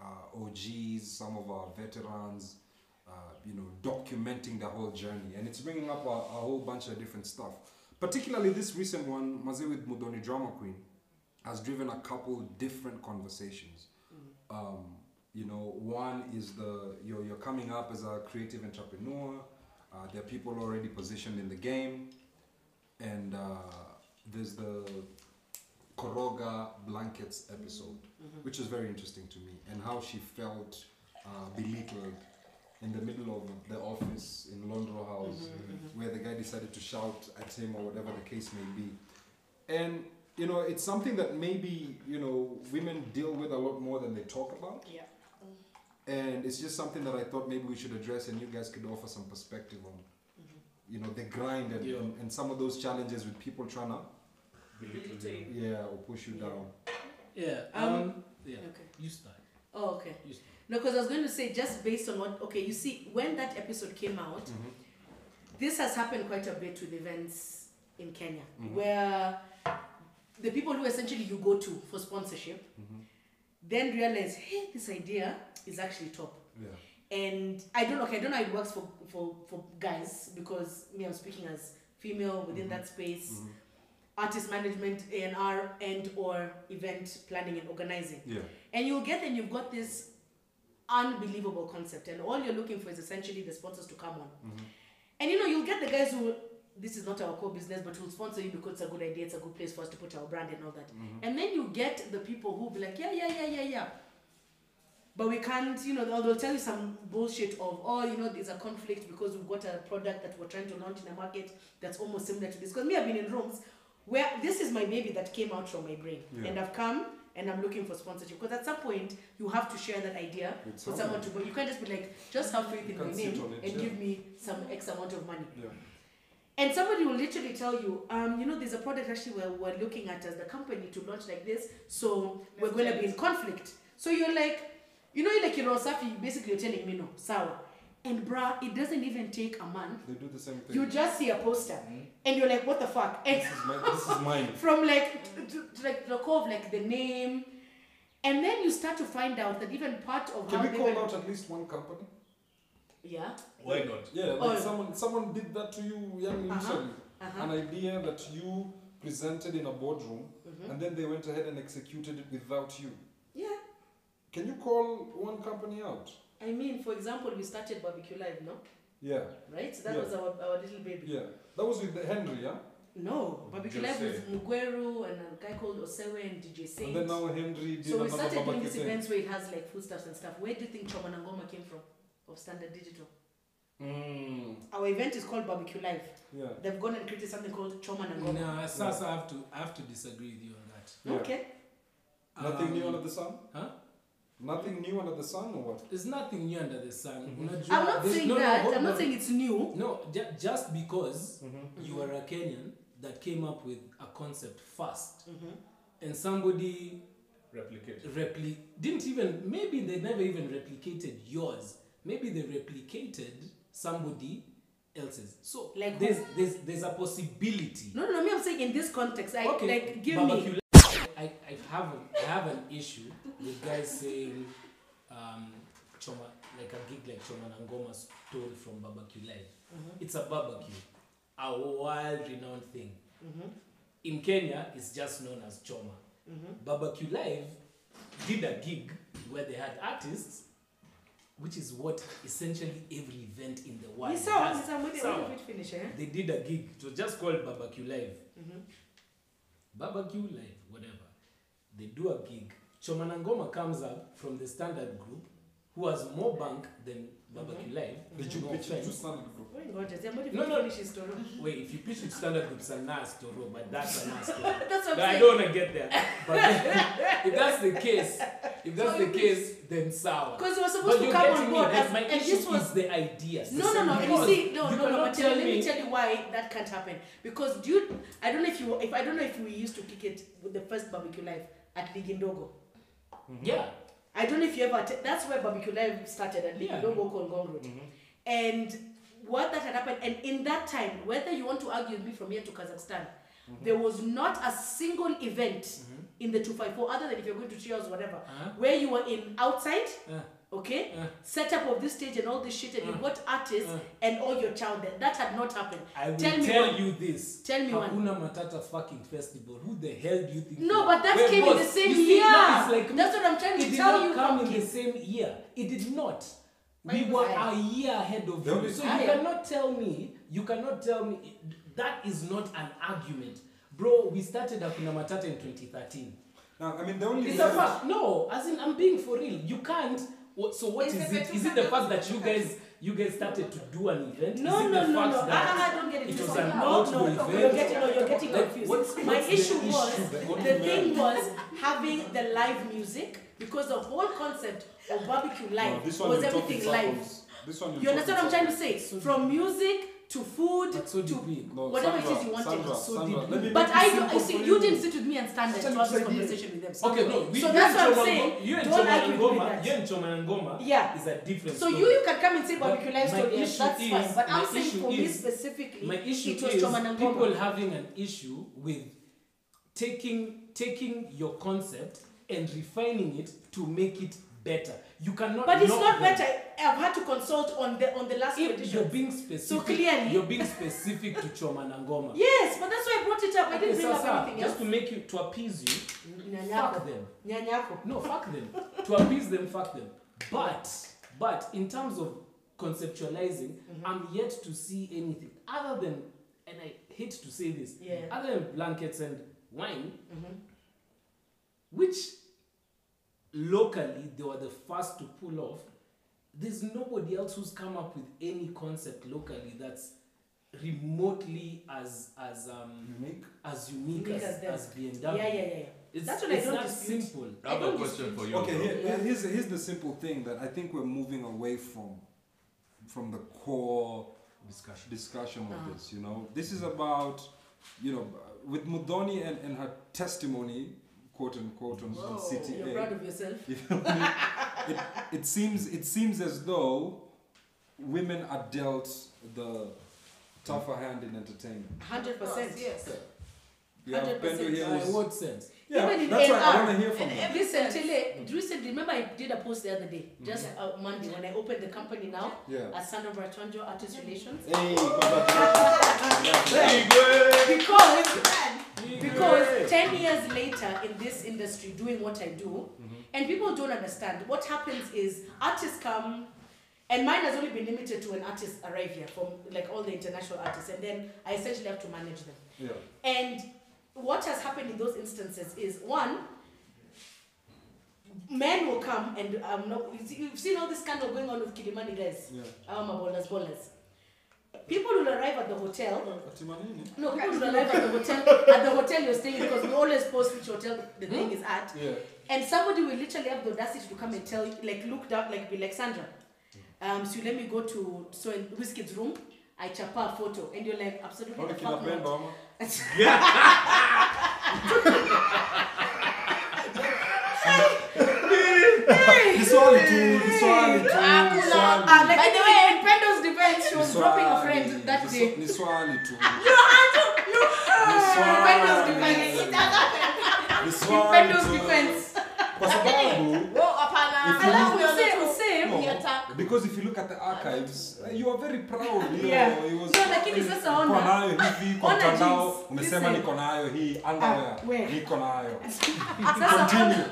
Speaker 1: uh, OGs, some of our veterans, uh, you know documenting the whole journey, and it's bringing up a, a whole bunch of different stuff. Particularly this recent one, Maze with Mudoni Drama Queen has driven a couple different conversations. Um, you know, one is the you're, you're coming up as a creative entrepreneur. Uh, there are people already positioned in the game, and uh, there's the Koroga blankets episode, which was very interesting to me, and how she felt uh, belittled in the middle of the office in Londro House, where the guy decided to shout at him or whatever the case may be. And you know, it's something that maybe you know women deal with a lot more than they talk about.
Speaker 2: Yeah.
Speaker 1: And it's just something that I thought maybe we should address, and you guys could offer some perspective on, you know, the grind and,
Speaker 5: Yeah.
Speaker 1: and, and some of those challenges with people trying to
Speaker 3: Believe
Speaker 1: yeah or push you down.
Speaker 5: Yeah.
Speaker 2: Um,
Speaker 5: Um. Yeah.
Speaker 1: Mm.
Speaker 2: Okay.
Speaker 5: You start.
Speaker 2: Oh, okay.
Speaker 5: You start.
Speaker 2: No, because I was going to say just based on what. Okay, you see, when that episode came out, this has happened quite a bit with events in Kenya, where the people who essentially you go to for sponsorship then realize, hey, this idea is actually top.
Speaker 1: Yeah.
Speaker 2: and I don't okay, I don't know how it works for for, for guys because me I'm speaking as female within that space, artist management, A and R, and or event planning and organizing,
Speaker 1: Yeah.
Speaker 2: and you'll get and you've got this unbelievable concept, and all you're looking for is essentially the sponsors to come on, Mm-hmm. and you know you'll get the guys who. will- This is not our core business, but we'll sponsor you because it's a good idea, it's a good place for us to put our brand and all that. And then you get the people who be like, yeah, yeah, yeah, yeah, yeah. But we can't, you know, they'll, they'll tell you some bullshit of, oh, you know, there's a conflict because we've got a product that we're trying to launch in the market that's almost similar to this. Because me, I've been in rooms where this is my baby that came out from my brain.
Speaker 1: Yeah.
Speaker 2: And I've come and I'm looking for sponsorship. Because at some point, you have to share that idea
Speaker 1: With
Speaker 2: for someone to go. You can't just be like, just have faith in my
Speaker 1: Can't sit
Speaker 2: name
Speaker 1: on it,
Speaker 2: and
Speaker 1: yeah.
Speaker 2: give me some X amount of money.
Speaker 1: Yeah.
Speaker 2: And somebody will literally tell you, um, you know, there's a product actually we're, we're looking at as the company to launch like this, so we're
Speaker 4: Let's
Speaker 2: going to
Speaker 4: try
Speaker 2: be in conflict. So you're like, you know, you're like you're Safi, basically you're telling me no, sour. And bruh, it doesn't even take a month.
Speaker 1: They do the same thing.
Speaker 2: You just see a poster
Speaker 1: Mm-hmm.
Speaker 2: and you're like, what the fuck? And
Speaker 1: this is my this is mine.
Speaker 2: from like t- t- t- like the core of like the name. And then you start to find out that even part of
Speaker 1: Can
Speaker 2: how
Speaker 1: we
Speaker 2: they
Speaker 1: call
Speaker 2: went-
Speaker 1: out at least one company?
Speaker 2: Yeah.
Speaker 3: Why not?
Speaker 1: Yeah,
Speaker 2: Oh.
Speaker 1: like someone someone did that to you young
Speaker 2: Uh-huh,
Speaker 1: initially.
Speaker 2: uh-huh.
Speaker 1: An idea that you presented in a boardroom
Speaker 2: Mm-hmm.
Speaker 1: and then they went ahead and executed it without you.
Speaker 2: Yeah.
Speaker 1: Can you call one company out?
Speaker 2: I mean, for example, we started Barbecue Live, no?
Speaker 1: Yeah,
Speaker 2: Right? So that
Speaker 1: Yeah.
Speaker 2: was our, our little baby.
Speaker 1: yeah. That was with the Henry, yeah?
Speaker 2: No, Barbecue
Speaker 3: Just
Speaker 2: Live was
Speaker 3: say.
Speaker 2: Mugweru and a guy called Osewe and DJ
Speaker 1: And
Speaker 2: Saint.
Speaker 1: then now Henry did
Speaker 2: so we
Speaker 1: another
Speaker 2: started doing
Speaker 1: barbecue
Speaker 2: these
Speaker 1: thing.
Speaker 2: events where it has like foodstuffs and stuff. Where do you think Choma na Ngoma came from? Of Standard Digital.
Speaker 1: Mm,
Speaker 2: Our event is called Barbecue Live.
Speaker 1: yeah.
Speaker 2: They've gone and created something called Choma na Ngoma.
Speaker 5: Nah, Sasa, I have to, I have to disagree with you on that.
Speaker 1: yeah.
Speaker 2: Okay.
Speaker 1: Nothing new
Speaker 5: Um,
Speaker 1: under the sun?
Speaker 5: Huh?
Speaker 1: Nothing new under the sun or what?
Speaker 5: There's nothing new under the sun. Unajua,
Speaker 2: I'm not
Speaker 5: there's-
Speaker 2: saying
Speaker 5: no, no,
Speaker 2: that.
Speaker 5: hold
Speaker 2: I'm not
Speaker 5: on.
Speaker 2: saying it's new.
Speaker 5: No, ju- just because you are a Kenyan that came up with a concept 1st
Speaker 2: Mm-hmm.
Speaker 5: and somebody
Speaker 3: Replicate.
Speaker 5: repli- didn't even maybe they never even replicated yours. Maybe they replicated somebody else's. So
Speaker 2: Like who?
Speaker 5: there's there's there's a possibility.
Speaker 2: No, no, no. Me, I'm saying in this context, I
Speaker 5: okay,
Speaker 2: like give
Speaker 5: barbecue.
Speaker 2: me.
Speaker 5: I, I have a, I have an issue with guys saying um
Speaker 2: Mm-hmm.
Speaker 5: choma like a gig like choma na ngoma stole from barbecue live. It's a barbecue. a world-renowned thing.
Speaker 2: Mm-hmm.
Speaker 5: In Kenya, it's just known as Choma.
Speaker 2: Mm-hmm.
Speaker 5: Barbecue Live did a gig where they had artists, which is what essentially every event in the world
Speaker 2: Ni sawa,
Speaker 5: does.
Speaker 2: ni sawa, mwende-
Speaker 5: Sawa.
Speaker 2: mwende finish, eh?
Speaker 5: They did a gig. It was just called Barbecue Live.
Speaker 2: Mm-hmm.
Speaker 5: Barbecue Live, whatever. They do a gig. Chomanangoma comes up from the standard group, who has more bank than Barbecue
Speaker 2: Mm-hmm.
Speaker 5: Live.
Speaker 1: Did you
Speaker 5: No
Speaker 1: pitch it
Speaker 5: offense.
Speaker 1: to standard group?
Speaker 2: Wewe ngoja, sema mwende
Speaker 5: No, no.
Speaker 2: finish his story.
Speaker 5: Wait, if you pitch it to standard group, it's a nice story, but that's a nice story.
Speaker 2: That's what I'm
Speaker 5: But I
Speaker 2: saying.
Speaker 5: don't want to get there. But if that's the case, if that's
Speaker 2: So
Speaker 5: the
Speaker 2: you
Speaker 5: case, then sour.
Speaker 2: Because you were supposed
Speaker 5: But
Speaker 2: to
Speaker 5: you're
Speaker 2: come on
Speaker 5: getting me.
Speaker 2: board
Speaker 5: Like
Speaker 2: as,
Speaker 5: my
Speaker 2: and
Speaker 5: issue
Speaker 2: this was
Speaker 5: is the idea.
Speaker 2: No, no, no. And you
Speaker 5: Because
Speaker 2: see, no,
Speaker 5: you
Speaker 2: no, no.
Speaker 5: cannot
Speaker 2: But tell let me
Speaker 5: me-
Speaker 2: tell you why that can't happen. Because dude, I don't know if you, if I don't know if we used to kick it with the first barbecue life at Ligindogo.
Speaker 5: Yeah,
Speaker 2: I don't know if you ever. atte- that's where barbecue live started at
Speaker 5: Yeah. Mm-hmm.
Speaker 2: Ligindogo Kongong Road. And what that had happened, and in that time, whether you want to argue with me from here to Kazakhstan,
Speaker 5: Mm-hmm.
Speaker 2: there was not a single event in the two five four other than if you're going to trios whatever,
Speaker 5: Uh-huh.
Speaker 2: where you were in outside.
Speaker 5: Uh.
Speaker 2: Okay,
Speaker 5: Uh.
Speaker 2: setup of this stage and all this shit, and you
Speaker 5: Uh.
Speaker 2: got artists
Speaker 5: Uh.
Speaker 2: and all your child there. That had not happened.
Speaker 5: I will
Speaker 2: Tell me
Speaker 5: tell
Speaker 2: one.
Speaker 5: you this.
Speaker 2: Tell me one.
Speaker 5: Hakuna Matata fucking festival. Who the hell do you think?
Speaker 2: No,
Speaker 5: you
Speaker 2: but that
Speaker 5: are? Well,
Speaker 2: came in the
Speaker 5: boss,
Speaker 2: same
Speaker 5: you see,
Speaker 2: year.
Speaker 5: now it's like-
Speaker 2: That's what I'm trying
Speaker 5: it
Speaker 2: to
Speaker 5: did
Speaker 2: tell
Speaker 5: not
Speaker 2: you.
Speaker 5: come in
Speaker 2: Funky.
Speaker 5: the same year. It did not.
Speaker 2: But
Speaker 5: we
Speaker 2: it was
Speaker 5: were
Speaker 2: higher.
Speaker 5: a year ahead of
Speaker 1: Then
Speaker 5: you.
Speaker 1: we-
Speaker 5: So you
Speaker 2: Higher.
Speaker 5: cannot tell me, you cannot tell me, that is not an argument. Bro, we started Hakuna Matata in 2013.
Speaker 1: Now, I mean, the only
Speaker 5: It's a
Speaker 1: reason-
Speaker 5: fact. No, as in I'm being for real. You can't. wha- So what
Speaker 4: It's
Speaker 5: is
Speaker 4: the
Speaker 5: it?
Speaker 4: fact-
Speaker 5: Is it the fact that you guys you guys started to do an event?
Speaker 2: No,
Speaker 5: is it
Speaker 2: no,
Speaker 5: the
Speaker 2: no,
Speaker 5: fact
Speaker 2: no.
Speaker 5: that
Speaker 2: Ah, ah, don't get it.
Speaker 5: it was
Speaker 2: twisted.
Speaker 5: an
Speaker 2: no, no,
Speaker 5: outdoor
Speaker 2: no,
Speaker 5: event?
Speaker 2: You're getting, no, you're getting
Speaker 5: Like,
Speaker 2: confused.
Speaker 5: what's-
Speaker 2: My
Speaker 5: what's the
Speaker 2: issue
Speaker 5: issue?
Speaker 2: was
Speaker 1: The only
Speaker 2: the
Speaker 1: man-
Speaker 2: thing was having the live music because the whole concept of barbecue
Speaker 1: No,
Speaker 2: live
Speaker 1: this one
Speaker 2: was
Speaker 1: you talk in
Speaker 2: everything live.
Speaker 1: circles. This one
Speaker 2: You understand what I'm trying to say?
Speaker 5: So
Speaker 2: From music to food
Speaker 5: But so
Speaker 2: to
Speaker 5: did we.
Speaker 1: No,
Speaker 2: whatever
Speaker 1: Sandra,
Speaker 2: it is you wanted.
Speaker 1: Sandra,
Speaker 5: So
Speaker 1: Sandra,
Speaker 5: did
Speaker 1: let
Speaker 5: we.
Speaker 1: me
Speaker 2: But
Speaker 1: make
Speaker 2: I
Speaker 1: it
Speaker 2: don't. I
Speaker 1: simple
Speaker 2: see
Speaker 1: for
Speaker 2: you didn't sit with me and stand there
Speaker 1: Actually,
Speaker 2: to have this
Speaker 1: I did.
Speaker 2: conversation with them.
Speaker 5: Okay, no. We,
Speaker 2: so
Speaker 5: you
Speaker 2: that's
Speaker 5: and
Speaker 2: what I'm
Speaker 5: Choma
Speaker 2: saying.
Speaker 5: Ngoma- You and
Speaker 2: Don't
Speaker 5: Choma
Speaker 2: argue with me
Speaker 5: Ngoma-
Speaker 2: that.
Speaker 5: You and Choma Ngoma
Speaker 2: Yeah.
Speaker 5: is a different
Speaker 2: So
Speaker 5: story.
Speaker 2: you, you can come and say
Speaker 5: But
Speaker 2: barbecue live
Speaker 5: my
Speaker 2: story, yes,
Speaker 5: issue
Speaker 2: that's fine.
Speaker 5: is-
Speaker 2: But I'm
Speaker 5: my
Speaker 2: saying
Speaker 5: issue
Speaker 2: for me
Speaker 5: is-
Speaker 2: specifically,
Speaker 5: my issue
Speaker 2: it was
Speaker 5: is
Speaker 2: Choma Nangoma.
Speaker 5: people having an issue with taking taking your concept and refining it to make it better. You cannot.
Speaker 2: But it's
Speaker 5: knock
Speaker 2: not
Speaker 5: them.
Speaker 2: better. I've had to consult on the on the last
Speaker 5: If you're
Speaker 2: petition.
Speaker 5: being specific,
Speaker 2: clearly-
Speaker 5: you're being specific to Choma na Ngoma.
Speaker 2: Yes, but that's why I brought it up. I didn't
Speaker 5: Okay,
Speaker 2: bring up
Speaker 5: sasa,
Speaker 2: anything
Speaker 5: just
Speaker 2: else.
Speaker 5: to make you to appease you. Fuck
Speaker 2: Nyanyako.
Speaker 5: them.
Speaker 2: Nyanyako.
Speaker 5: No, fuck them. to appease them, fuck them. But but in terms of conceptualizing,
Speaker 2: Mm-hmm.
Speaker 5: I'm yet to see anything other than, and I hate to say this,
Speaker 2: Yeah. Mm-hmm.
Speaker 5: other than blankets and wine, which locally they were the first to pull off. There's nobody else who's come up with any concept locally that's remotely as as um
Speaker 1: Unique.
Speaker 5: as unique,
Speaker 2: Mm-hmm. Unique as
Speaker 5: as,
Speaker 2: them.
Speaker 5: as BMW.
Speaker 2: Yeah, yeah, yeah, yeah.
Speaker 5: It's,
Speaker 2: That's what I
Speaker 5: it's
Speaker 2: don't
Speaker 5: that
Speaker 2: dispute.
Speaker 5: simple.
Speaker 3: I
Speaker 2: I
Speaker 3: have a
Speaker 2: don't
Speaker 3: question
Speaker 2: dispute.
Speaker 3: for you.
Speaker 1: Okay,
Speaker 3: bro.
Speaker 1: here, here- here's here's the simple thing that I think we're moving away from, from the core discussion discussion of
Speaker 2: Uh-huh.
Speaker 1: this. You know, this is about, you know, with Mudoni and, and her testimony, quote unquote, on, on
Speaker 4: Whoa,
Speaker 1: City
Speaker 2: You're
Speaker 1: A,
Speaker 2: proud of yourself.
Speaker 1: it, it seems it seems as though women are dealt the tougher hand in entertainment.
Speaker 2: Hundred percent.
Speaker 4: yes.
Speaker 1: You have
Speaker 2: 100%
Speaker 1: Pendo here
Speaker 5: Uh,
Speaker 1: who's-
Speaker 5: in what sense?
Speaker 1: yeah,
Speaker 2: Even in
Speaker 1: that's why I
Speaker 2: NR,
Speaker 1: want to hear from them.
Speaker 2: Listen, Tele, recently, remember I did a post the other day, just uh, Monday, when I opened the company now,
Speaker 1: Yeah.
Speaker 2: as Sandra Bratonjo Artist Relations.
Speaker 1: Hey, congratulations.
Speaker 3: Hey, good.
Speaker 2: Because Because 10 years later in this industry, doing what I do, and people don't understand, what happens is artists come, and mine has only been limited to when artists arrive here from like all the international artists, and then I essentially have to manage them.
Speaker 1: Yeah.
Speaker 2: And what has happened in those instances is one, men will come and um, no, you see- you've seen all this scandal going on with Kilimani guys,
Speaker 1: Yeah.
Speaker 2: um, bowlers, bowlers. People will arrive at the hotel.
Speaker 1: Atimanini.
Speaker 2: No, people will arrive at the hotel at the hotel you're staying because we always post which hotel the thing is at.
Speaker 1: Yeah.
Speaker 2: And somebody will literally have the audacity to come and tell you, like look down, like be like Sandra. Um, so let me go to so in Whiskey's room, I chap a photo, and you're like absolutely
Speaker 1: Ona
Speaker 2: the fuck
Speaker 1: kinapenda
Speaker 2: not.
Speaker 1: ama? Kiswali tu, Kiswali tu, Kiswali.
Speaker 2: Ah, like, by the way, in Pendo's defense, she was
Speaker 1: Ni
Speaker 2: dropping a
Speaker 1: swali,
Speaker 2: friend
Speaker 1: ni
Speaker 2: that
Speaker 1: swa-
Speaker 2: day.
Speaker 1: Ni swali tu.
Speaker 2: Pendo's
Speaker 1: Ni
Speaker 2: defense.
Speaker 1: swali.
Speaker 2: It happened.
Speaker 1: Ni
Speaker 2: In
Speaker 1: swali
Speaker 2: Pendo's
Speaker 1: tu.
Speaker 2: defense.
Speaker 1: Kwa sababu
Speaker 4: Well, hapana.
Speaker 1: If you-
Speaker 2: Alafu usee, usee.
Speaker 1: No,
Speaker 4: Ni attack.
Speaker 1: because if you look at the archives uh, you are very proud you
Speaker 2: Yeah.
Speaker 1: know, it was
Speaker 2: No, lakini sasa
Speaker 1: Niko
Speaker 2: ona.
Speaker 1: nayo hivi kwa
Speaker 2: Ona
Speaker 1: mtandao
Speaker 2: jinsi.
Speaker 1: umesema
Speaker 2: Listen.
Speaker 1: niko nayo hii underwear
Speaker 2: Ah, where?
Speaker 1: niko nayo
Speaker 2: Sasa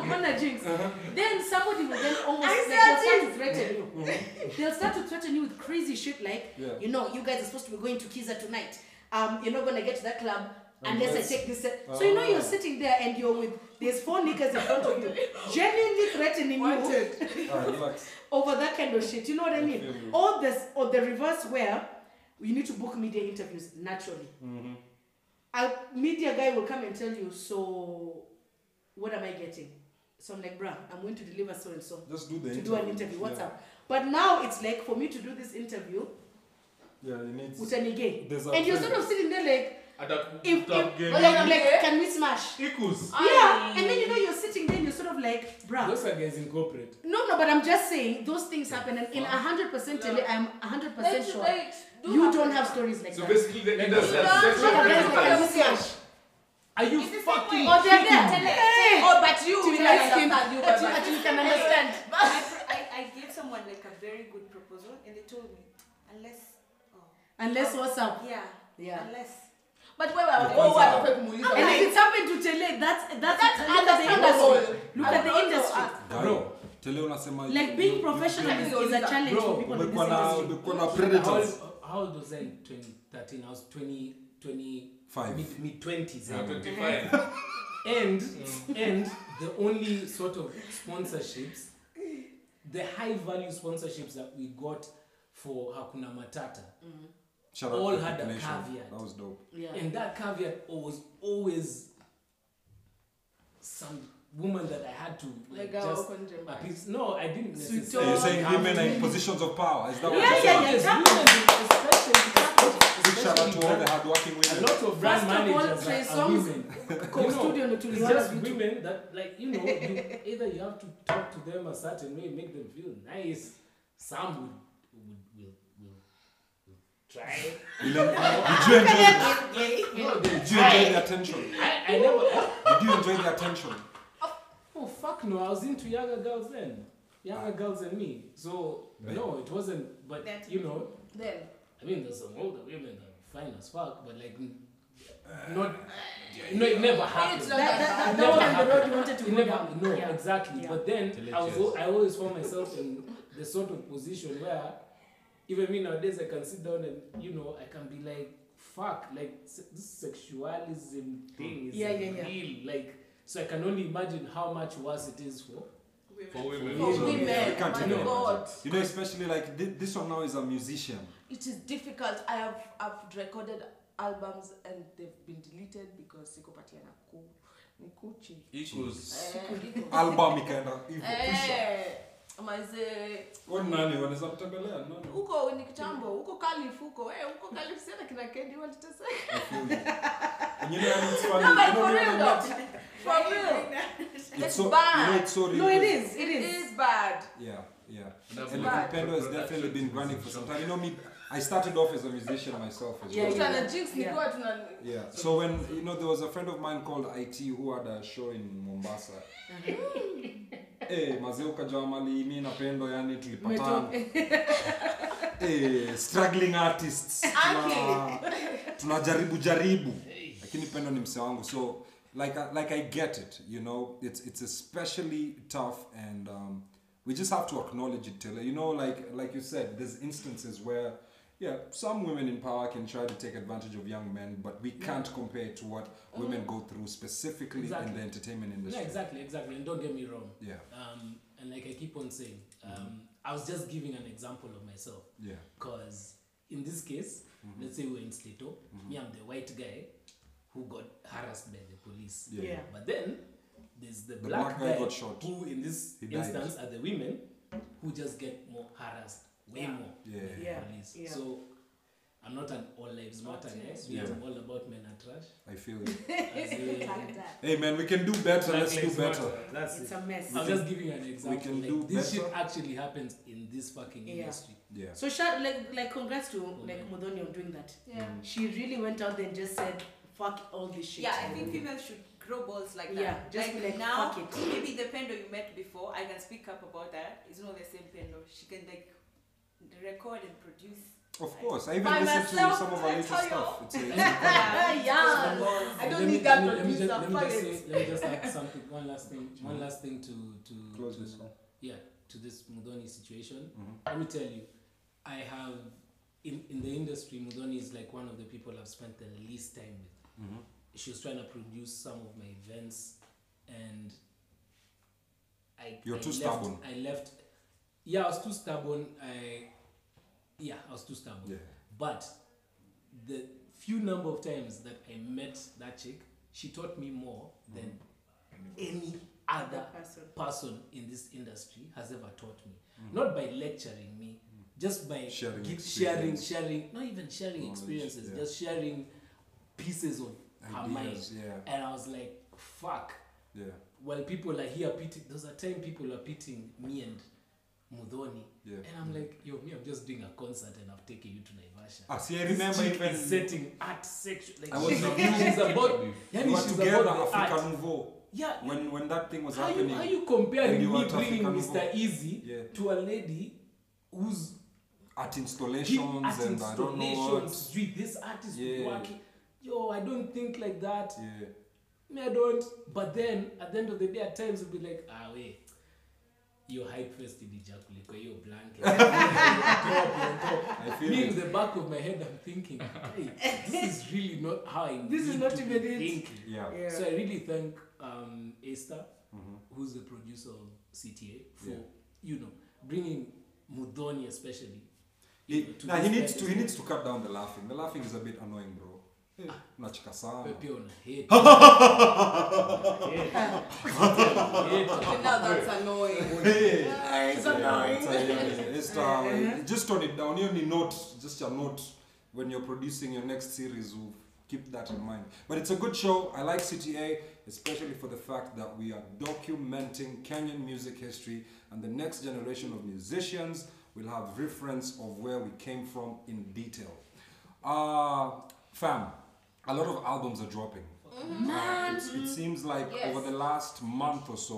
Speaker 2: on, on a jinx.
Speaker 1: Uh-huh.
Speaker 2: Then somebody will then almost
Speaker 6: I
Speaker 2: like,
Speaker 6: said
Speaker 2: they'll start to threaten you. they'll start to threaten you with crazy shit like,
Speaker 1: Mm-hmm. Yeah.
Speaker 2: you know, you guys are supposed to be going to Kiza tonight. Um, you're not gonna get to that club unless
Speaker 1: Unless-
Speaker 2: I take this. set." So you know
Speaker 1: Ah.
Speaker 2: you're sitting there and you're with there's four niggas in front of you, genuinely threatening you
Speaker 6: Wanted.
Speaker 1: Ah, relax.
Speaker 2: over that kind of shit. You know what I mean?
Speaker 1: feel you.
Speaker 2: Or this or the reverse where you need to book media interviews naturally.
Speaker 1: Mm-hmm.
Speaker 2: A media guy will come and tell you, so what am I getting? So I'm like, bruh, I'm going to deliver so and so
Speaker 1: just do the
Speaker 2: to
Speaker 1: interview.
Speaker 2: do an interview. What's
Speaker 1: yeah.
Speaker 2: up? But now it's like for me to do this interview,
Speaker 1: yeah it needs
Speaker 2: utanige.
Speaker 1: There's a
Speaker 2: And you're
Speaker 1: thing.
Speaker 2: sort of sitting there like,
Speaker 3: Adapt-
Speaker 2: if, if
Speaker 3: adapt game.
Speaker 2: like, I'm like, can we smash?
Speaker 3: Equals.
Speaker 2: Yeah. And then you know you're sitting there and you're sort of like, bruh.
Speaker 5: Those are guys in corporate.
Speaker 2: No, no, but I'm just saying those things happen, and in hundred percent, I'm hundred percent sure you don't have stories like
Speaker 3: So
Speaker 2: that.
Speaker 3: basically, the
Speaker 5: Like,
Speaker 3: that's-
Speaker 5: you
Speaker 3: that's-
Speaker 4: don't
Speaker 3: that's-
Speaker 2: Guys,
Speaker 4: have
Speaker 2: like,
Speaker 3: that's-
Speaker 2: I'm serious.
Speaker 5: Are you
Speaker 4: It's the same
Speaker 5: fucking?
Speaker 4: way.
Speaker 2: Oh, they're
Speaker 5: kidding me?
Speaker 2: there. Hey,
Speaker 6: Oh, but you
Speaker 2: Do you
Speaker 6: will
Speaker 2: like him?
Speaker 6: understand. You
Speaker 2: But you,
Speaker 6: will
Speaker 2: but you can understand.
Speaker 4: I, pr- I, I gave someone like a very good proposal and they told me, unless, oh,
Speaker 2: Unless what's up?
Speaker 4: yeah,
Speaker 2: Yeah.
Speaker 4: unless.
Speaker 6: But wewe
Speaker 1: kwanza-
Speaker 6: oh, watoke kumuuliza.
Speaker 2: And if it's happened to Tele, that's that's,
Speaker 6: That's
Speaker 2: look at the
Speaker 6: understandable.
Speaker 2: industry. Look at the
Speaker 6: And also,
Speaker 2: industry.
Speaker 6: uh,
Speaker 1: Guy,
Speaker 5: Bro.
Speaker 1: tele unasema
Speaker 2: Like being professional is, is a challenge
Speaker 5: Bro,
Speaker 2: for people in this
Speaker 1: umekuwa na
Speaker 2: industry.
Speaker 1: umekuwa na
Speaker 5: How,
Speaker 1: predators
Speaker 5: how old was I in 2013? I was 20, 20
Speaker 1: Five.
Speaker 5: mid, mid 20s.
Speaker 3: Yeah, 25.
Speaker 5: And, and the only sort of sponsorships, the high value sponsorships that we got for Hakuna Matata.
Speaker 1: Shout out
Speaker 5: All
Speaker 1: to
Speaker 5: had a
Speaker 1: Pick Nation.
Speaker 5: caveat.
Speaker 1: that was dope
Speaker 2: Yeah.
Speaker 5: And that caveat was always some woman that I had to like
Speaker 6: Like, uh,
Speaker 5: just
Speaker 6: open gym.
Speaker 5: appease. No, I didn't
Speaker 2: Sweet
Speaker 5: necessarily.
Speaker 1: so you're saying
Speaker 5: have
Speaker 1: women
Speaker 5: to.
Speaker 1: are in positions of power is that what
Speaker 2: Yeah,
Speaker 1: you're
Speaker 2: yeah,
Speaker 1: saying
Speaker 2: yeah.
Speaker 5: Yes,
Speaker 2: exactly.
Speaker 5: women, especially,
Speaker 1: big shout out
Speaker 5: especially
Speaker 1: to all
Speaker 5: brand-
Speaker 1: the hardworking
Speaker 5: a
Speaker 1: women
Speaker 5: lot of brand
Speaker 2: First of all,
Speaker 5: managers
Speaker 2: Trey
Speaker 5: are, are
Speaker 2: Songz,
Speaker 5: women.
Speaker 2: Co
Speaker 5: You know,
Speaker 2: studio no
Speaker 5: It's just women that, like, you know, you, either you have to talk to them a certain way, make them feel nice. Some would, would, will, will, will try.
Speaker 1: You know, did you enjoy
Speaker 5: You know, they
Speaker 1: did you enjoy
Speaker 5: try.
Speaker 1: the attention
Speaker 5: I, I never.
Speaker 1: did you enjoy the attention
Speaker 5: Oh fuck no! I was into younger girls then, younger girls than me. So no, it wasn't. But
Speaker 4: That's
Speaker 5: you know,
Speaker 6: Then.
Speaker 5: I mean, there's some older women that are fine as fuck, but like, n- not. No, it never happened.
Speaker 6: not
Speaker 2: That, that, that,
Speaker 5: It
Speaker 2: that was
Speaker 5: never
Speaker 2: the road
Speaker 5: happened.
Speaker 2: you wanted to
Speaker 5: It
Speaker 2: go
Speaker 5: never,
Speaker 2: down.
Speaker 5: no,
Speaker 2: Yeah.
Speaker 5: exactly.
Speaker 2: Yeah.
Speaker 5: But then I was, al-
Speaker 3: Delicious.
Speaker 5: I always found myself in the sort of position where even me nowadays I can sit down and you know I can be like, fuck, like se- this sexualism thing is
Speaker 2: Yeah, yeah, yeah.
Speaker 5: real. Like, so I can only imagine how much worse it is for.
Speaker 3: For women.
Speaker 6: For
Speaker 5: Yeah.
Speaker 6: women,
Speaker 1: You can't
Speaker 6: Oh my
Speaker 1: even
Speaker 6: God.
Speaker 1: imagine. you know especially like thi- this one now is a musician
Speaker 6: It is difficult. I have I've recorded albums and they've been deleted because sikupatia na ku ni kuchi.
Speaker 3: Equals.
Speaker 6: Eh, iko.
Speaker 1: album ikaenda hivyo kisha
Speaker 6: Eh, mazee
Speaker 1: wewe ni nani wanaweza kutembelea no no
Speaker 6: huko ni kitambo huko kalif huko eh, huko kalif sana kina kendi waliteseka
Speaker 1: I feel you. And you know and it's funny
Speaker 6: no
Speaker 1: you
Speaker 6: but
Speaker 1: know
Speaker 6: for
Speaker 1: you
Speaker 6: real
Speaker 1: know,
Speaker 6: though for real
Speaker 1: it's
Speaker 6: It's
Speaker 1: so you know
Speaker 6: bad.
Speaker 1: it's so
Speaker 2: No, it
Speaker 1: real.
Speaker 2: is. It
Speaker 6: it
Speaker 2: is.
Speaker 6: is bad
Speaker 1: Yeah, yeah.
Speaker 3: That's
Speaker 1: And
Speaker 6: why-
Speaker 1: Pendo has definitely been running for some time. You know me, I started off as a musician myself as
Speaker 2: Yeah,
Speaker 1: well.
Speaker 2: yeah.
Speaker 6: tuna jinx ni
Speaker 2: Yeah.
Speaker 6: kwa tuna
Speaker 1: Yeah. So when you know there was a friend of mine called IT who had a show in Mombasa. Eh, mazee ukajua mali mi na Pendo yani tulipatana. Eh, struggling artists. Tuna, tunajaribu jaribu. Lakini Pendo ni msee wangu. So like I, like I get it, you know. It's it's especially tough and um, we just have to acknowledge it Taylor. You know like like you said there's instances where yeah, some women in power can try to take advantage of young men, but we can't compare it to what
Speaker 6: Mm-hmm.
Speaker 1: women go through specifically in
Speaker 5: Exactly.
Speaker 1: the entertainment
Speaker 5: Yeah,
Speaker 1: industry.
Speaker 5: exactly, exactly. And don't get me wrong.
Speaker 1: Yeah.
Speaker 5: Um, and like I keep on saying, um, I was just giving an example of myself.
Speaker 1: Yeah.
Speaker 5: Because in this case,
Speaker 1: Mm-hmm.
Speaker 5: let's say we're in Slito, me, I'm the white guy who got harassed by the police.
Speaker 1: Yeah.
Speaker 2: Yeah.
Speaker 5: But then there's the,
Speaker 1: The black
Speaker 5: black,
Speaker 1: guy
Speaker 5: guy
Speaker 1: got shot.
Speaker 5: who, in this
Speaker 1: He died.
Speaker 5: instance, are the women who just get more harassed, way
Speaker 2: Yeah.
Speaker 5: more
Speaker 1: Yeah.
Speaker 5: than the
Speaker 2: Yeah.
Speaker 5: police.
Speaker 2: Yeah.
Speaker 5: So I'm not an all lives matter guy.
Speaker 1: Yeah.
Speaker 5: I'm all about men are trash.
Speaker 1: I feel you.
Speaker 5: As in,
Speaker 1: hey man, we can do better.
Speaker 5: black
Speaker 1: Let's do
Speaker 5: lives
Speaker 1: better.
Speaker 5: matter. That's it.
Speaker 2: It's a mess.
Speaker 5: I'm just giving you an example.
Speaker 1: can
Speaker 5: like,
Speaker 1: do
Speaker 5: this
Speaker 1: better.
Speaker 5: shit actually happens in this fucking
Speaker 2: Yeah.
Speaker 5: industry.
Speaker 1: Yeah.
Speaker 2: So shout like like congrats to like Modoni on doing that.
Speaker 6: yeah
Speaker 2: She really went out there and just said fuck all this shit.
Speaker 4: Yeah, I think females should grow balls like that.
Speaker 2: Yeah, just be like,
Speaker 4: now,
Speaker 2: "Fuck it."
Speaker 4: maybe the Pendo you met before, I can speak up about that. It's not the same Pendo. She can like record and produce.
Speaker 1: Of course, I even
Speaker 6: By
Speaker 1: listen to
Speaker 6: myself,
Speaker 1: some of
Speaker 6: I
Speaker 1: our latest
Speaker 6: tell you.
Speaker 1: stuff. It's a-
Speaker 2: yeah.
Speaker 6: I
Speaker 5: Let
Speaker 6: don't need
Speaker 5: me-
Speaker 6: that
Speaker 5: let me- let me
Speaker 6: producer,
Speaker 5: just- Let me
Speaker 6: fuck
Speaker 5: just say, let me just add something. One last thing. One last thing to to
Speaker 1: Close
Speaker 5: to,
Speaker 1: this one. Mm-hmm.
Speaker 5: Yeah, to this Mudoni situation. Let me tell you, I have in in the industry. Mudoni is like one of the people I've spent the least time with.
Speaker 1: Mm-hmm.
Speaker 5: She was trying to produce some of my events, and I.
Speaker 1: You're
Speaker 5: I
Speaker 1: too
Speaker 5: left-
Speaker 1: stubborn.
Speaker 5: I left. Yeah, I was too stubborn. I. Yeah, I was too stubborn.
Speaker 1: Yeah.
Speaker 5: But the few number of times that I met that chick, she taught me more than
Speaker 1: Mm-hmm.
Speaker 5: any other
Speaker 2: person.
Speaker 5: person in this industry has ever taught me. Not by lecturing me, just by
Speaker 1: Mm-hmm. Sharing
Speaker 5: gi- sharing,
Speaker 1: experience.
Speaker 5: sharing, not even sharing
Speaker 1: Knowledge,
Speaker 5: experiences,
Speaker 1: yeah.
Speaker 5: just sharing pieces of her mind.
Speaker 1: Ideas, yeah.
Speaker 5: And I was like, fuck.
Speaker 1: Yeah.
Speaker 5: While people are here pitting, there's a time people are pitting me and Mudhoni.
Speaker 1: Yeah.
Speaker 5: And I'm like, yo, me, I'm just doing a concert and I've taken you to Naivasha.
Speaker 1: Ah, see, I
Speaker 5: This
Speaker 1: remember
Speaker 5: chick
Speaker 1: even
Speaker 5: is setting art section. Like
Speaker 1: I was
Speaker 5: she's,
Speaker 1: looking-
Speaker 5: she's about,
Speaker 1: we
Speaker 5: yeah,
Speaker 1: were
Speaker 5: Yaani she's
Speaker 1: together
Speaker 5: about the
Speaker 1: Africa
Speaker 5: art.
Speaker 1: Nouveau
Speaker 5: Yeah,
Speaker 1: when when that thing was
Speaker 5: how
Speaker 1: happening.
Speaker 5: you, how you
Speaker 1: and
Speaker 5: comparing
Speaker 1: you
Speaker 5: me
Speaker 1: want
Speaker 5: bringing
Speaker 1: African
Speaker 5: Mr.
Speaker 1: Nouveau.
Speaker 5: Easy
Speaker 1: Yeah.
Speaker 5: to a lady who's
Speaker 1: at
Speaker 5: big
Speaker 1: installations
Speaker 5: at
Speaker 1: and I don't know
Speaker 5: installations,
Speaker 1: what.
Speaker 5: street, this artist
Speaker 1: Yeah.
Speaker 5: working? Yo, I don't think like that.
Speaker 1: Yeah.
Speaker 5: Me, I don't. But then at the end of the day, at times we'll be like, ah, wait. You're high pressed in the jaculico, you're blanket. on top, on top.
Speaker 1: I feel
Speaker 5: Me in
Speaker 1: it.
Speaker 5: the back of my head, I'm thinking, hey, this is really not how I
Speaker 6: This is
Speaker 5: need
Speaker 6: not
Speaker 5: to be
Speaker 6: even it.
Speaker 5: thinking.
Speaker 1: Yeah. Mm-hmm.
Speaker 6: Yeah.
Speaker 5: So I really thank um, Esther, who's the producer of CTA, for
Speaker 1: Yeah.
Speaker 5: you know bringing Mudoni especially. you
Speaker 1: He,
Speaker 5: know,
Speaker 1: nah, he
Speaker 5: this
Speaker 1: needs to
Speaker 5: level.
Speaker 1: he needs to cut down the laughing. The laughing is a bit annoying, bro. Eh, Unacheka sana.
Speaker 5: Pepe on a hate. Yeah. Yeah.
Speaker 6: Now that's annoying.
Speaker 1: Hey.
Speaker 6: it's annoying.
Speaker 1: It's, uh, just on it down. You only note, just a note when you're producing your next series. We'll keep that in mind. But it's a good show. I like CTA, especially for the fact that we are documenting Kenyan music history and the next generation of musicians will have reference of where we came from in detail. Uh, fam, a lot of albums are dropping. Uh, it's- it seems like
Speaker 6: Mm-hmm. Yes.
Speaker 1: over the last month or so,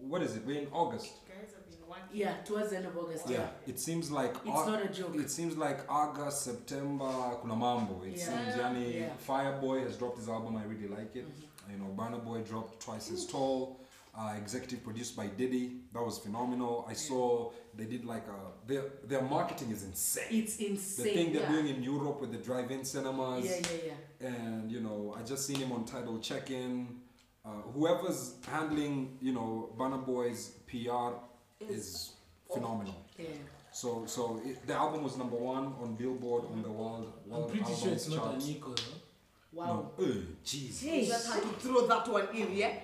Speaker 1: what is it? We're in August.
Speaker 4: Guys have been wanting.
Speaker 2: Yeah, towards the end of August.
Speaker 1: Yeah, it seems like
Speaker 2: It's not a joke.
Speaker 1: It seems like August, September, kuna mambo. It
Speaker 2: Yeah.
Speaker 1: seems, yani,
Speaker 2: Yeah. Mm-hmm.
Speaker 1: Fireboy has dropped his album. I really like it. You know, Burna Boy dropped twice as tall. Uh, executive produced by Diddy. That was phenomenal. I saw they did like a their their marketing is insane.
Speaker 2: It's
Speaker 1: The
Speaker 2: insane.
Speaker 1: thing they're
Speaker 2: yeah.
Speaker 1: doing in Europe with the drive-in cinemas
Speaker 2: yeah, yeah, yeah.
Speaker 1: and you know I just seen him on title check-in. Uh, whoever's handling you know Burna Boy's PR is phenomenal.
Speaker 2: Yeah.
Speaker 1: So, so it, the album was number one on Billboard on the world.
Speaker 5: I'm
Speaker 1: world
Speaker 5: pretty sure
Speaker 1: albums
Speaker 5: it's not a
Speaker 1: chart.
Speaker 5: Nico. No?
Speaker 2: Wow.
Speaker 1: No, Eh, jeez.
Speaker 6: You
Speaker 2: Hey.
Speaker 6: just had to throw that one in, yeah?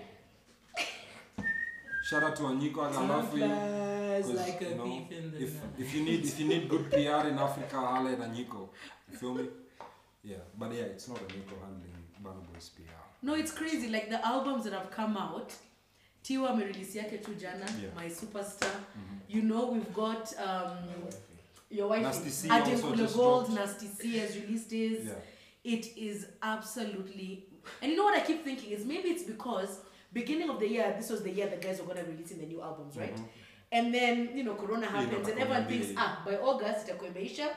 Speaker 1: Shout out to Anyiko Agalafi.
Speaker 5: Flies
Speaker 1: 'cause,
Speaker 5: like a
Speaker 1: you know,
Speaker 5: thief in the
Speaker 1: if,
Speaker 5: night.
Speaker 1: if you need if you need good PR in Africa, holla at Anyiko. You feel me? Yeah, but yeah, it's not Anyiko handling Burna Boy's PR.
Speaker 2: No, it's crazy. Like the albums that have come out. Tiwa amerelease yake tu jana,
Speaker 1: Yeah. Mm-hmm.
Speaker 2: my superstar. You know, we've got um, your wife.
Speaker 1: Nasty
Speaker 2: is-
Speaker 1: C
Speaker 2: Aden
Speaker 1: also
Speaker 2: Kule
Speaker 1: just
Speaker 2: Gold,
Speaker 1: dropped.
Speaker 2: Nasty C has released his.
Speaker 1: Yeah,
Speaker 2: It is absolutely. And you know what I keep thinking is maybe it's because beginning of the year, this was the year the guys were gonna releasing the new albums,
Speaker 1: Mm-hmm.
Speaker 2: right? And then you know, Corona happens, and everyone
Speaker 1: Corona, Mm.
Speaker 2: thinks,
Speaker 1: yeah.
Speaker 2: ah, by August itakuwa imeisha.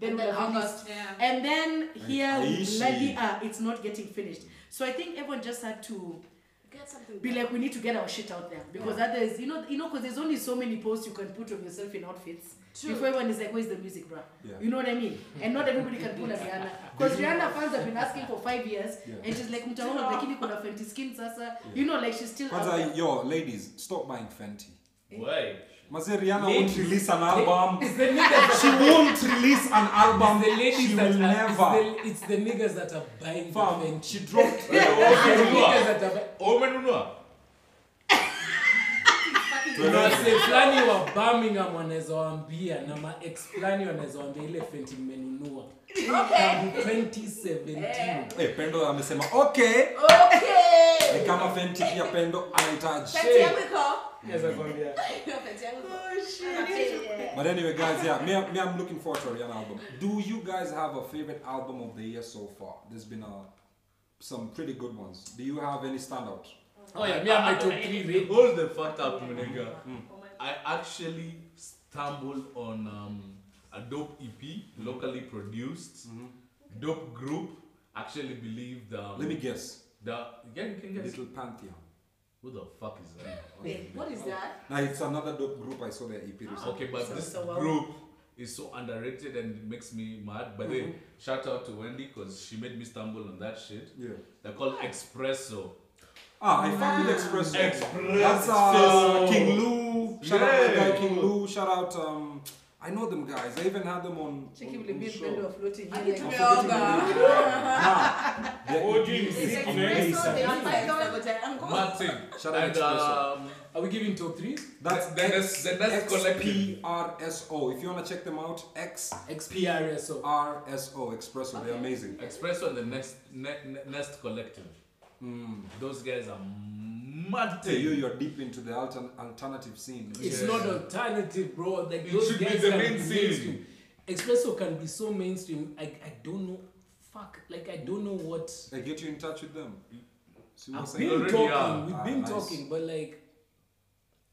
Speaker 2: Then
Speaker 6: And
Speaker 2: we'll
Speaker 6: then
Speaker 2: have released
Speaker 6: August, yeah.
Speaker 2: and then here we
Speaker 1: Aishi.
Speaker 2: bloody are, it's not getting finished. So I think everyone just had to
Speaker 6: Get something.
Speaker 2: be like, we need to get our shit out there because others, you know, you know, because there's only so many posts you can put of yourself in outfits
Speaker 6: True.
Speaker 2: before everyone is like, where's the music, bruh?
Speaker 1: Yeah.
Speaker 2: You know what I mean? And not everybody can pull a Rihanna because Rihanna fans have been asking for five years,
Speaker 1: Yeah.
Speaker 2: and she's like, mtaona lakini kuna Fenty skin sasa. You know, like she's still. out there.
Speaker 1: Kwanza, yo, ladies, stop buying Fenty.
Speaker 3: Why?
Speaker 1: Maze Rihanna won't
Speaker 5: Ladies.
Speaker 1: release an album.
Speaker 5: It's the niggas
Speaker 1: she won't release an album.
Speaker 5: the ladies
Speaker 1: she
Speaker 5: that
Speaker 1: will
Speaker 5: are,
Speaker 1: never.
Speaker 5: It's, the, it's the niggas that are buying the
Speaker 1: Fam,
Speaker 5: Fenty.
Speaker 1: she dropped.
Speaker 5: The niggas
Speaker 3: Omenunua.
Speaker 5: that are buying.
Speaker 3: Omenunua.
Speaker 5: Wase fulani wa Birmingham wanaweza waambia na ma ex fulani wanaweza waambia ile Fenty mmenunua. Tangu 2017.
Speaker 1: Eh, Pendo amesema okay.
Speaker 6: Okay!
Speaker 1: Ni kama Fenty pia Pendo anahitaji.
Speaker 6: Fenty yangu iko?
Speaker 5: Naweza kuambia.
Speaker 6: No, Fenty yangu iko.
Speaker 1: But anyway, guys, yeah, me, me, I'm looking forward to a Rihanna album. Do you guys have a favorite album of the year so far? There's been a, some pretty good ones. Do you have any standout?
Speaker 5: Oh yeah, me and my top three rate.
Speaker 3: Hold
Speaker 1: Hmm.
Speaker 3: the fuck up, my nigga. I actually stumbled on um, a dope EP, locally produced,
Speaker 1: Mm-hmm.
Speaker 3: dope group. Actually, believe the
Speaker 1: Let me guess.
Speaker 3: the yeah you can guess
Speaker 1: Little Pantheon.
Speaker 3: who the fuck is that?
Speaker 6: Wait, what is that?
Speaker 1: Now it's another dope group. I saw their EP recently.
Speaker 3: Okay, but
Speaker 2: So-
Speaker 3: this
Speaker 2: so well-
Speaker 3: group is so underrated and it makes me mad. But
Speaker 1: Mm-hmm.
Speaker 3: then shout out to Wendy because she made me stumble on that shit.
Speaker 1: Yeah.
Speaker 3: They're called Espresso.
Speaker 1: Ah, I fuck with Expresso.
Speaker 3: Expresso.
Speaker 1: That's uh, King Lou. Shout out to my guy
Speaker 3: Yeah.
Speaker 1: King Lou. Shout out. Um, I know them guys. I even had them on.
Speaker 2: Cheki
Speaker 1: on-
Speaker 2: vile
Speaker 1: on
Speaker 2: beat
Speaker 1: show.
Speaker 2: bado floating
Speaker 6: I
Speaker 2: here like-
Speaker 6: need to
Speaker 1: I'm
Speaker 6: be all
Speaker 1: forgetting
Speaker 6: that.
Speaker 1: the name. Nah.
Speaker 7: OG
Speaker 1: Their EP is
Speaker 7: music,
Speaker 1: amazing.
Speaker 7: man.
Speaker 6: Espresso, they are like, oh, they are good.
Speaker 3: Martin.
Speaker 1: Shout out
Speaker 5: uh,
Speaker 3: and
Speaker 1: Espresso.
Speaker 3: um,
Speaker 5: Are we giving top three?
Speaker 1: That's
Speaker 3: the- the next- the next collective.
Speaker 1: XPRSO. If you wanna check them out, XRSO
Speaker 5: XPRSO.
Speaker 1: Expresso. They're amazing.
Speaker 3: Espresso and the Nest, ne, Ne- Nest Collective. Those guys are mad.
Speaker 1: Hey, Mm. you, you're deep into the altern- alternative scene.
Speaker 5: It's
Speaker 3: Yeah.
Speaker 5: not alternative, bro. Like
Speaker 3: It
Speaker 5: those
Speaker 3: should be
Speaker 5: guys
Speaker 3: the
Speaker 5: can
Speaker 3: mainstream.
Speaker 5: mainstream. Espresso can be so mainstream. I, I don't know. Fuck. Like I don't know what.
Speaker 1: I get you in touch with them. See what I'm
Speaker 5: I've
Speaker 1: saying?
Speaker 5: been
Speaker 3: already
Speaker 5: talking.
Speaker 3: are.
Speaker 5: We've
Speaker 1: Ah,
Speaker 5: been
Speaker 1: nice.
Speaker 5: talking, but like,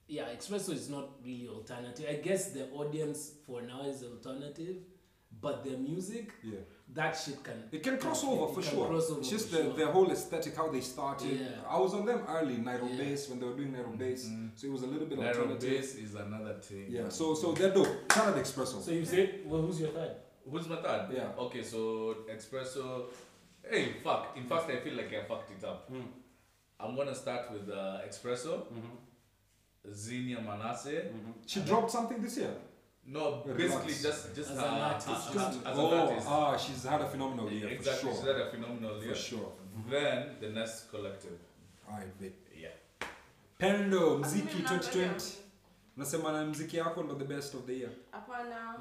Speaker 5: yeah, espresso is not really alternative. I guess the audience for now is alternative, but their music,
Speaker 1: Yeah.
Speaker 5: that shit can.
Speaker 1: It can cross
Speaker 5: it-
Speaker 1: over
Speaker 5: it
Speaker 1: for
Speaker 5: can
Speaker 1: sure.
Speaker 5: cross over
Speaker 1: it's just
Speaker 5: for
Speaker 1: the,
Speaker 5: sure.
Speaker 1: their whole aesthetic, how they started.
Speaker 5: Yeah.
Speaker 1: I was on them early, Nairo
Speaker 5: Yeah. Mm-hmm.
Speaker 1: Bass, when they were doing Nairo Bass. So it was a little bit
Speaker 3: Nairo
Speaker 1: alternative.
Speaker 3: Bass is another thing.
Speaker 1: Yeah, so so they're dope. Shout out Espresso.
Speaker 5: So you say, well, who's your third?
Speaker 3: Who's my third?
Speaker 1: Yeah.
Speaker 3: Okay, so Espresso. Hey, fuck.
Speaker 1: Mm.
Speaker 3: In fact, I feel like I fucked it up. I'm gonna start with uh, Espresso.
Speaker 1: Mm-hmm.
Speaker 3: Xenia Manasseh.
Speaker 1: she dropped something this year.
Speaker 3: No,
Speaker 1: Mm-hmm. Relax.
Speaker 3: basically just just
Speaker 5: As
Speaker 3: uh,
Speaker 5: an artist,
Speaker 3: uh,
Speaker 5: just-
Speaker 3: as, as an
Speaker 1: oh,
Speaker 3: artist.
Speaker 1: ah, she's had a phenomenal year
Speaker 3: exactly.
Speaker 1: for
Speaker 3: She's
Speaker 1: sure.
Speaker 3: had a phenomenal year.
Speaker 1: For sure. Mm-hmm.
Speaker 3: Then the Nest Collective.
Speaker 1: Alright, babe.
Speaker 3: Yeah.
Speaker 1: Pendo
Speaker 6: Mimi
Speaker 1: mziki
Speaker 6: mnaangalia
Speaker 1: 2020.
Speaker 6: mimi.
Speaker 1: Nasema na mziki yako ndo the best of the year.
Speaker 6: Hapana.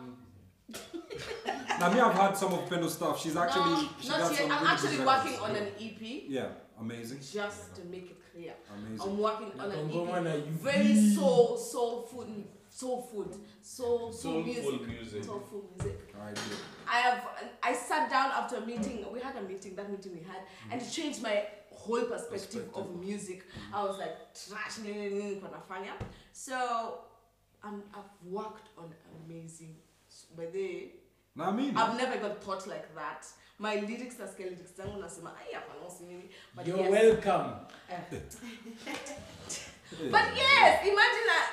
Speaker 1: Now me I've had some of Pendo stuff. She's actually
Speaker 6: No,
Speaker 1: she
Speaker 6: not
Speaker 1: got
Speaker 6: yet.
Speaker 1: some
Speaker 6: I'm
Speaker 1: really
Speaker 6: actually
Speaker 1: good
Speaker 6: working
Speaker 1: records.
Speaker 6: on an EP.
Speaker 1: Yeah, amazing.
Speaker 6: E Just to make it clear,
Speaker 1: Amazing.
Speaker 6: I'm working on
Speaker 5: Don't
Speaker 6: an
Speaker 5: go on a
Speaker 6: EP.
Speaker 5: UV.
Speaker 6: Very soul, soul food, soul food, soul, soul
Speaker 3: Soulful
Speaker 6: music,
Speaker 3: music.
Speaker 6: soulful music.
Speaker 1: Alright, babe.
Speaker 6: I have. I sat down after a meeting. We had a meeting. That meeting we had, and it changed my whole Mm. perspective, Mm. of music. I was like trash, nini, nini, kunafanya. So, I'm, I've worked on amazing. By the
Speaker 1: Na mimi.
Speaker 6: I've never even thought like that. My lyrics are scary lyrics. zangu nasema ai hapana usinini. But
Speaker 5: You're
Speaker 6: yes.
Speaker 5: welcome.
Speaker 6: But yes, imagine that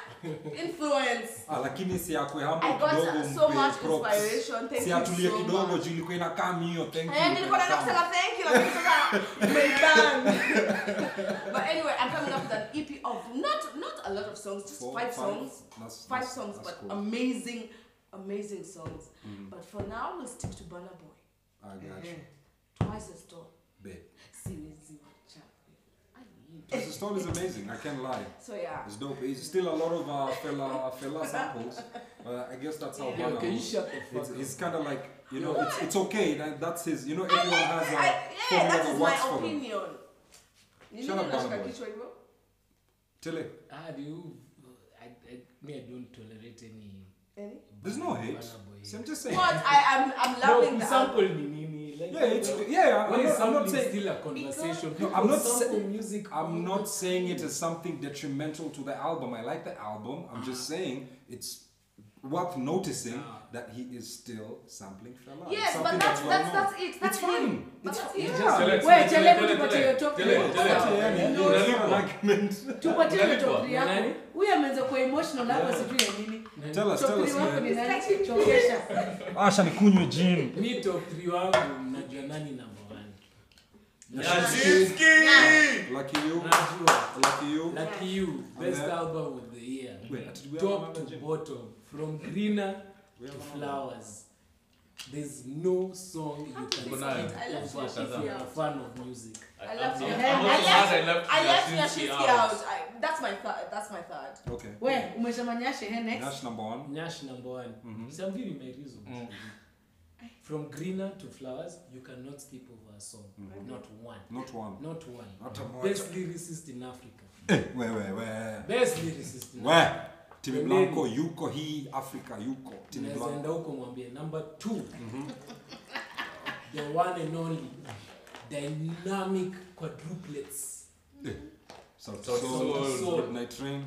Speaker 6: influence.
Speaker 1: Ah, lakini si yakwe hapo
Speaker 6: I got
Speaker 1: kidogo
Speaker 6: so
Speaker 1: mpe
Speaker 6: much
Speaker 1: props.
Speaker 6: inspiration. Thank
Speaker 1: si
Speaker 6: you
Speaker 1: atulie
Speaker 6: so
Speaker 1: kidogo
Speaker 6: much.
Speaker 1: juu ilikuwa inakaa hiyo thank you
Speaker 6: Eh, nilikuwa naenda
Speaker 1: Kama-
Speaker 6: kusema thank you lakini sasa umeiban. But anyway, I'm coming up with an EP of not not a lot of songs, just
Speaker 1: Four, five.
Speaker 6: five songs.
Speaker 1: That's-
Speaker 6: Five
Speaker 1: that's-
Speaker 6: songs,
Speaker 1: that's
Speaker 6: but
Speaker 1: cool. Mm.
Speaker 6: amazing, amazing songs. But for now, we'll stick to Burna Boy.
Speaker 1: I got
Speaker 6: Eh.
Speaker 1: you,
Speaker 6: Twice as tall.
Speaker 1: Ah, babe.
Speaker 6: Seriously, chap.
Speaker 1: Because the story is amazing, I can't lie.
Speaker 6: So yeah.
Speaker 1: It's dope. It's still a lot of uh, fella fella samples. Uh, I guess that's how
Speaker 5: Yo,
Speaker 1: Burna
Speaker 5: can you
Speaker 1: was.
Speaker 5: shut the fuck
Speaker 1: It's,
Speaker 5: up?
Speaker 1: it's kind of like you know, it's, it's okay. That, that's his. You know, everyone has a
Speaker 6: I, yeah,
Speaker 1: formula
Speaker 6: that
Speaker 1: that
Speaker 6: is
Speaker 1: works
Speaker 6: my
Speaker 1: for them.
Speaker 6: opinion. Ni
Speaker 1: Shut
Speaker 6: nini
Speaker 1: up, Burna
Speaker 6: unashika
Speaker 1: Boy.
Speaker 6: kichwa hivyo?
Speaker 1: Tele,
Speaker 5: Ah, do you? I, I, me, I don't tolerate any.
Speaker 6: Any?
Speaker 1: there's no hate.
Speaker 5: Burna Boy.
Speaker 1: See, I'm just saying.
Speaker 6: But I am I'm loving
Speaker 5: no,
Speaker 6: the
Speaker 5: sample
Speaker 6: album.
Speaker 5: ni nini? Like,
Speaker 1: Yeah, it's, yeah.
Speaker 5: Why
Speaker 1: I'm
Speaker 5: is
Speaker 1: not, I'm not
Speaker 5: sampling
Speaker 1: saying.
Speaker 5: still a conversation?
Speaker 1: No, I'm
Speaker 5: People
Speaker 1: not sa-
Speaker 5: sample music.
Speaker 1: I'm
Speaker 5: all
Speaker 1: not
Speaker 5: the
Speaker 1: saying
Speaker 5: time.
Speaker 1: it as something detrimental to the album. I like the album. I'm just
Speaker 6: Ah.
Speaker 1: saying it's worth noticing that he is still sampling fella. It's
Speaker 6: Yes,
Speaker 1: something
Speaker 6: but that's
Speaker 1: well
Speaker 6: that's
Speaker 1: known.
Speaker 6: that's it. That's
Speaker 1: It's fine.
Speaker 6: him. But
Speaker 1: It's
Speaker 6: that's
Speaker 1: fine.
Speaker 6: him.
Speaker 1: Yeah.
Speaker 3: Select,
Speaker 2: Wewe,
Speaker 3: select,
Speaker 2: Chele,
Speaker 3: select,
Speaker 2: tupatie
Speaker 3: select.
Speaker 2: top
Speaker 3: Chele,
Speaker 2: three.
Speaker 3: Chele.
Speaker 1: Yeah, yeah,
Speaker 3: No,
Speaker 1: it's
Speaker 3: Nalipwa.
Speaker 1: an argument.
Speaker 2: tupatie hiyo
Speaker 3: Nalipwa.
Speaker 2: top three yako.
Speaker 5: Nani?
Speaker 2: huyu ameanza kuwa emotional hapa sijui ya nini
Speaker 1: Tell us, tell
Speaker 2: top
Speaker 1: us.
Speaker 2: three wako
Speaker 1: man.
Speaker 2: ni nani chokesha
Speaker 1: Asha nikunywe gin.
Speaker 5: Mi top three wangu najua nani number one.
Speaker 3: Nashitsky!
Speaker 1: Lucky you.
Speaker 5: Najua.
Speaker 1: Lucky you.
Speaker 5: Like you, best
Speaker 1: Yeah.
Speaker 5: album of the year.
Speaker 1: Wait, did we have
Speaker 5: Top
Speaker 1: another
Speaker 5: to
Speaker 1: gym?
Speaker 5: bottom, from greener to
Speaker 1: have another
Speaker 5: flowers. There's no song you can skip
Speaker 3: Good night.
Speaker 6: I love
Speaker 5: over if
Speaker 3: Shazam.
Speaker 5: you're a fan of music.
Speaker 1: Mm-hmm.
Speaker 3: I-
Speaker 6: I
Speaker 3: I'm-
Speaker 6: love you.
Speaker 3: I'm
Speaker 2: I
Speaker 3: also
Speaker 2: love-
Speaker 3: glad I left
Speaker 6: I left
Speaker 3: Nyashinsky
Speaker 6: Yashinsky out. I, that's my third. That's my third.
Speaker 1: Okay.
Speaker 2: we umeshamanyashe he next
Speaker 1: Nash number one.
Speaker 5: Nash number one.
Speaker 1: Mm-hmm.
Speaker 5: So I'm giving my reasons.
Speaker 1: Mm.
Speaker 5: From greener to flowers, you cannot skip over a song. Not one.
Speaker 1: Not one.
Speaker 5: Not one.
Speaker 1: Mm-hmm. Mm. Not a moja.
Speaker 5: Best lyricist in Africa.
Speaker 1: Eh, we, we, we.
Speaker 5: Best lyricist in
Speaker 1: We. Timmy
Speaker 5: Pembeni.
Speaker 1: Blanco yuko hii Africa yuko. Timmy
Speaker 5: unaweza
Speaker 1: Blanco.
Speaker 5: enda huko mwambie number two the one and only dynamic quadruplets
Speaker 1: So, so,
Speaker 3: So-
Speaker 1: so,
Speaker 3: so-
Speaker 1: Midnight Train.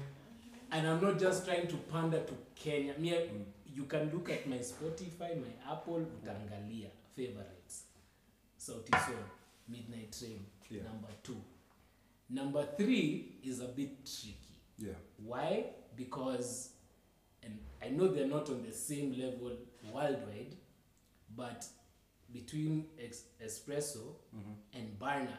Speaker 5: and i'm not just trying to pander to kenya me you can look at my spotify my apple utaangalia favorites sauti sol midnight train
Speaker 1: Yeah.
Speaker 5: number two number three is a bit tricky
Speaker 1: Yeah.
Speaker 5: why because and i know they're not on the same level worldwide but between Ex- espresso and Barna,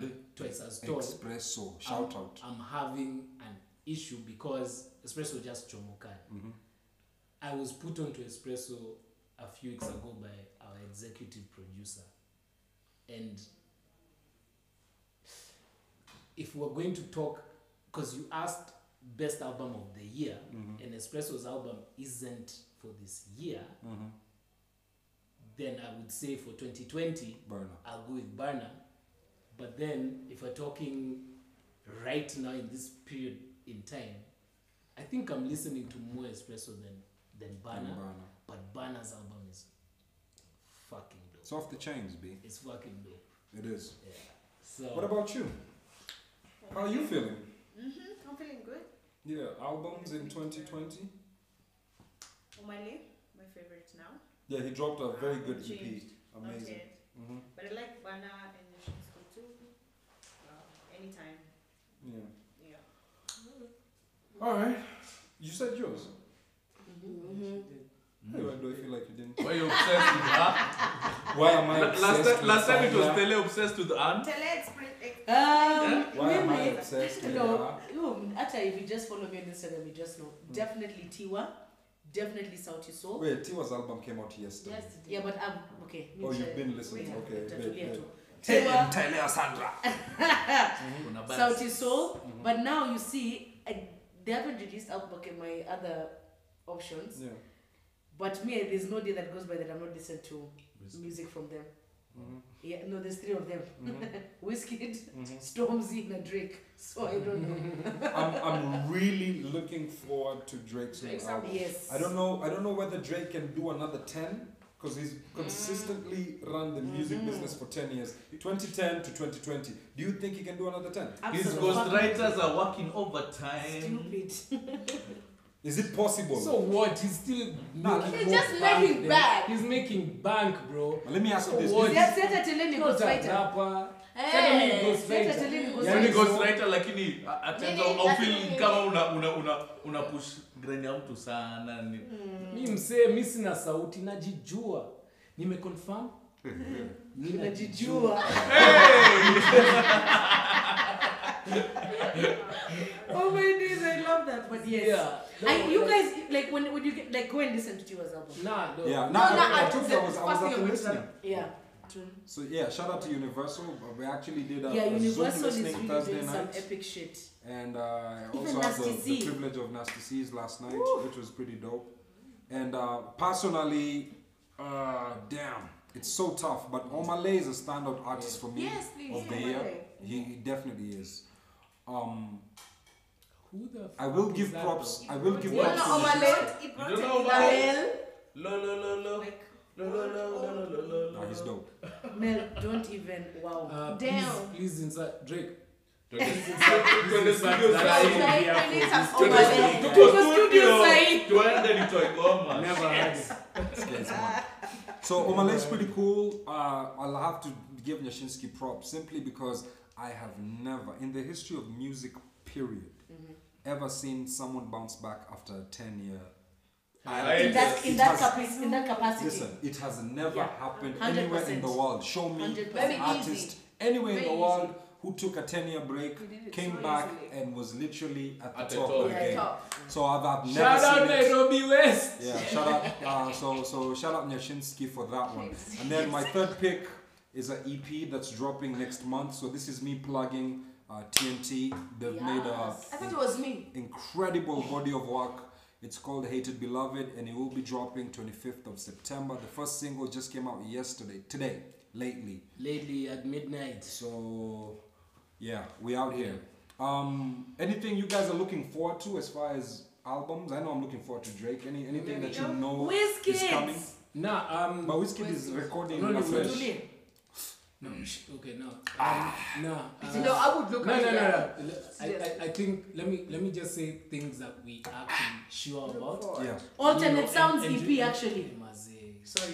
Speaker 5: um, twice as tall
Speaker 1: Espresso. Shout
Speaker 5: I'm,
Speaker 1: out.
Speaker 5: I'm having an issue because espresso just chomokan.
Speaker 1: Mm-hmm.
Speaker 5: I was put onto espresso a few weeks ago by our executive producer, and if we're going to talk, because you asked best album of the year,
Speaker 1: Mm-hmm.
Speaker 5: and espresso's album isn't for this year.
Speaker 1: Mm-hmm.
Speaker 5: Then I would say for 2020,
Speaker 1: Burner.
Speaker 5: I'll go with Barna. But then, if we're talking right now in this period in time, I think I'm listening to more espresso than than Barna.
Speaker 1: Burner.
Speaker 5: But Barna's album is fucking dope.
Speaker 1: It's off the chains, B.
Speaker 5: it's fucking dope.
Speaker 1: It is.
Speaker 5: Yeah. So
Speaker 1: What about you? How are you feeling?
Speaker 4: Mm-hmm. I'm feeling good.
Speaker 1: Yeah, albums in 2020.
Speaker 4: Omale, Oh, my favorite now.
Speaker 1: Yeah, he dropped a very good EP.
Speaker 4: Changed. Not
Speaker 1: Amazing.
Speaker 4: yet.
Speaker 1: hmm
Speaker 4: But I like Bana and Shinsuke too. Wow. Anytime.
Speaker 1: Yeah.
Speaker 4: Yeah.
Speaker 1: All right. You said yours. Why do I feel like you didn't?
Speaker 3: Why you obsessed with her?
Speaker 1: Why am I
Speaker 3: La-
Speaker 1: obsessed
Speaker 3: last, time,
Speaker 1: with
Speaker 3: last time it was
Speaker 1: Sandra?
Speaker 3: Tele obsessed with Anne.
Speaker 4: Tele Express.
Speaker 2: Um,
Speaker 1: Why am I
Speaker 2: mimi,
Speaker 1: obsessed with
Speaker 2: no,
Speaker 1: her?
Speaker 2: no, actually, if you just follow me on Instagram, you just know. Definitely Tiwa, definitely Sauti Soul.
Speaker 1: Mm. Wait, Tiwa's album came out yesterday.
Speaker 6: Yesterday.
Speaker 2: Yeah, but I'm okay.
Speaker 1: Oh,
Speaker 2: mimi
Speaker 1: you've
Speaker 2: nita-
Speaker 1: been listening.
Speaker 2: yeah,
Speaker 1: Okay.
Speaker 2: nitatulia
Speaker 1: wait,
Speaker 2: tu.
Speaker 1: wait.
Speaker 2: Tiwa,
Speaker 1: Tele Sandra.
Speaker 3: Kuna bias.
Speaker 2: Sauti Soul. But now you see, I, they haven't released Outback and my other options.
Speaker 1: Yeah.
Speaker 2: But me, there's no day that goes by that I'm not listening to
Speaker 3: Music.
Speaker 2: music from them.
Speaker 1: Mhm.
Speaker 2: Yeah, no, there's three of them:
Speaker 1: Mhm.
Speaker 2: Whiskey,
Speaker 1: Mhm.
Speaker 2: Stormzy, and Drake. So I don't know.
Speaker 1: I'm, I'm really looking forward to Drake's new
Speaker 6: Drake's
Speaker 1: album.
Speaker 2: Yes.
Speaker 1: I don't know. I don't know whether Drake can do another ten because he's consistently run the music business for ten years, 2010 to 2020. Do you think he can do another ten?
Speaker 3: These
Speaker 2: Absolutely.
Speaker 3: ghostwriters are working overtime.
Speaker 2: Stupid.
Speaker 1: Is it possible?
Speaker 5: so what? He's still
Speaker 1: Nah,
Speaker 5: making
Speaker 1: he's
Speaker 5: more
Speaker 6: just
Speaker 5: bank
Speaker 6: making
Speaker 5: than-
Speaker 6: bank.
Speaker 5: He's making bank, bro.
Speaker 1: Let me ask you this.
Speaker 5: What?
Speaker 2: Is there Seta Teleni
Speaker 5: Not a
Speaker 2: ghostwriter?
Speaker 5: rapper.
Speaker 6: Hey,
Speaker 5: Suddenly
Speaker 2: Seta
Speaker 5: ghostwriter.
Speaker 2: Teleni
Speaker 3: Yaani
Speaker 1: Yeah.
Speaker 2: ghostwriter.
Speaker 3: ghostwriter lakini uh, atenda
Speaker 6: Nini,
Speaker 3: aufili
Speaker 6: lakini-
Speaker 3: kama una una una una push grind ya mtu sana ni
Speaker 5: mi msee mi sina sauti najijua nimeconfirm
Speaker 2: Najijua. oh my days, I love that. But yes.
Speaker 5: Yeah.
Speaker 2: I, you guys like when when you get like go and listen to Tiwa's album.
Speaker 5: Nah, no.
Speaker 1: Yeah, now
Speaker 6: No, no,
Speaker 1: I, I,
Speaker 6: I-
Speaker 1: took
Speaker 6: the
Speaker 1: I was, I was
Speaker 6: first thing
Speaker 1: up
Speaker 6: I went
Speaker 1: listening.
Speaker 6: down.
Speaker 2: Yeah.
Speaker 1: So yeah, shout out to Universal. but We actually did a,
Speaker 2: Yeah,
Speaker 1: a Zoom
Speaker 2: Universal is
Speaker 1: listening
Speaker 2: really
Speaker 1: Thursday
Speaker 2: doing some
Speaker 1: night,
Speaker 2: epic shit.
Speaker 1: and uh, I
Speaker 2: Even
Speaker 1: also had the,
Speaker 2: Nasty
Speaker 1: the
Speaker 2: C.
Speaker 1: privilege of Nasty C's last night, which was pretty dope. And uh, personally, uh, damn, it's so tough. But Omale is a standout artist for me
Speaker 6: Yes, please,
Speaker 1: of the
Speaker 6: Omale.
Speaker 1: year. He, he definitely is. Um,
Speaker 5: Who the
Speaker 1: I will
Speaker 5: fuck is
Speaker 1: give
Speaker 5: that
Speaker 1: props.
Speaker 5: though?
Speaker 1: I will give
Speaker 6: You don't
Speaker 1: props.
Speaker 6: know
Speaker 1: to Nasty C.
Speaker 6: Omale?
Speaker 4: oh, It
Speaker 3: You don't know
Speaker 4: brought
Speaker 3: why?
Speaker 4: a
Speaker 2: Mel,
Speaker 3: lo lo lo lo lo lo lo lo lo lo
Speaker 1: Nah,
Speaker 3: lo
Speaker 1: he's dope.
Speaker 2: Mel, don't even. Wow.
Speaker 5: Uh,
Speaker 6: Damn.
Speaker 5: Please, please insert Drake.
Speaker 3: Twende studio- twende studio
Speaker 5: That
Speaker 3: side.
Speaker 5: I am
Speaker 6: Drake,
Speaker 5: here
Speaker 6: I
Speaker 5: for
Speaker 6: need
Speaker 5: this.
Speaker 6: some
Speaker 5: Drake,
Speaker 3: Twende
Speaker 6: Omale.
Speaker 2: Oh,
Speaker 3: studio-
Speaker 2: Tuko studio side.
Speaker 3: twende nitoe goma
Speaker 5: Never heard it.
Speaker 1: This guy's mad. So Omale's pretty cool. Uh, I'll have to give Nyashinsky props simply because I have never, in the history of music, period, ever seen someone bounce back after a ten-year.
Speaker 3: I-
Speaker 2: in that in that
Speaker 1: It has-
Speaker 2: capacity, in that capacity.
Speaker 1: Listen, it has never
Speaker 2: Yeah.
Speaker 1: happened anywhere in the
Speaker 2: 100%.
Speaker 1: world. Show me
Speaker 2: Very
Speaker 1: an
Speaker 6: easy.
Speaker 1: artist anywhere in
Speaker 6: Very
Speaker 1: the
Speaker 6: easy.
Speaker 1: world who took a ten-year break,
Speaker 6: He did it
Speaker 1: came
Speaker 6: so
Speaker 1: back,
Speaker 6: easily.
Speaker 1: and was literally at the
Speaker 3: At the
Speaker 1: top,
Speaker 3: top.
Speaker 1: of the
Speaker 2: Yeah,
Speaker 1: game.
Speaker 6: Top.
Speaker 1: So I've, I've never
Speaker 5: Shout out
Speaker 1: seen it.
Speaker 5: Nairobi West.
Speaker 1: Yeah, shout out. Uh, so so shout out Nyashinsky for that one. And then my third pick is an EP that's dropping next month. So this is me plugging uh, TNT. They've made a
Speaker 2: Yes.
Speaker 6: I thought it was me.
Speaker 1: incredible body of work. It's called Hated Beloved, and it will be dropping 25th of September. The first single just came out yesterday, today, lately.
Speaker 5: Lately at midnight.
Speaker 1: So yeah, we out here. Um, anything you guys are looking forward to as far as albums? I know I'm looking forward to Drake. Any anything that you know is coming?
Speaker 2: Whiskey.
Speaker 5: Nah, um,
Speaker 1: But Wizkid is recording
Speaker 5: No,
Speaker 1: in
Speaker 5: no,
Speaker 1: a
Speaker 5: no.
Speaker 1: fresh.
Speaker 2: Tulie.
Speaker 5: No, sh- okay, no. Um,
Speaker 1: Ah.
Speaker 5: no, uh,
Speaker 6: no, I would look
Speaker 5: no,
Speaker 6: at
Speaker 5: no,
Speaker 6: it.
Speaker 5: no,
Speaker 6: yeah.
Speaker 5: no. I, I, I think let me let me just say things that we actually sure
Speaker 6: Look
Speaker 5: about.
Speaker 6: forward.
Speaker 1: Yeah.
Speaker 5: You know,
Speaker 2: Alternate
Speaker 5: and-
Speaker 2: sounds
Speaker 5: and
Speaker 2: EP
Speaker 5: you-
Speaker 2: actually.
Speaker 5: Mazee.
Speaker 2: Sorry.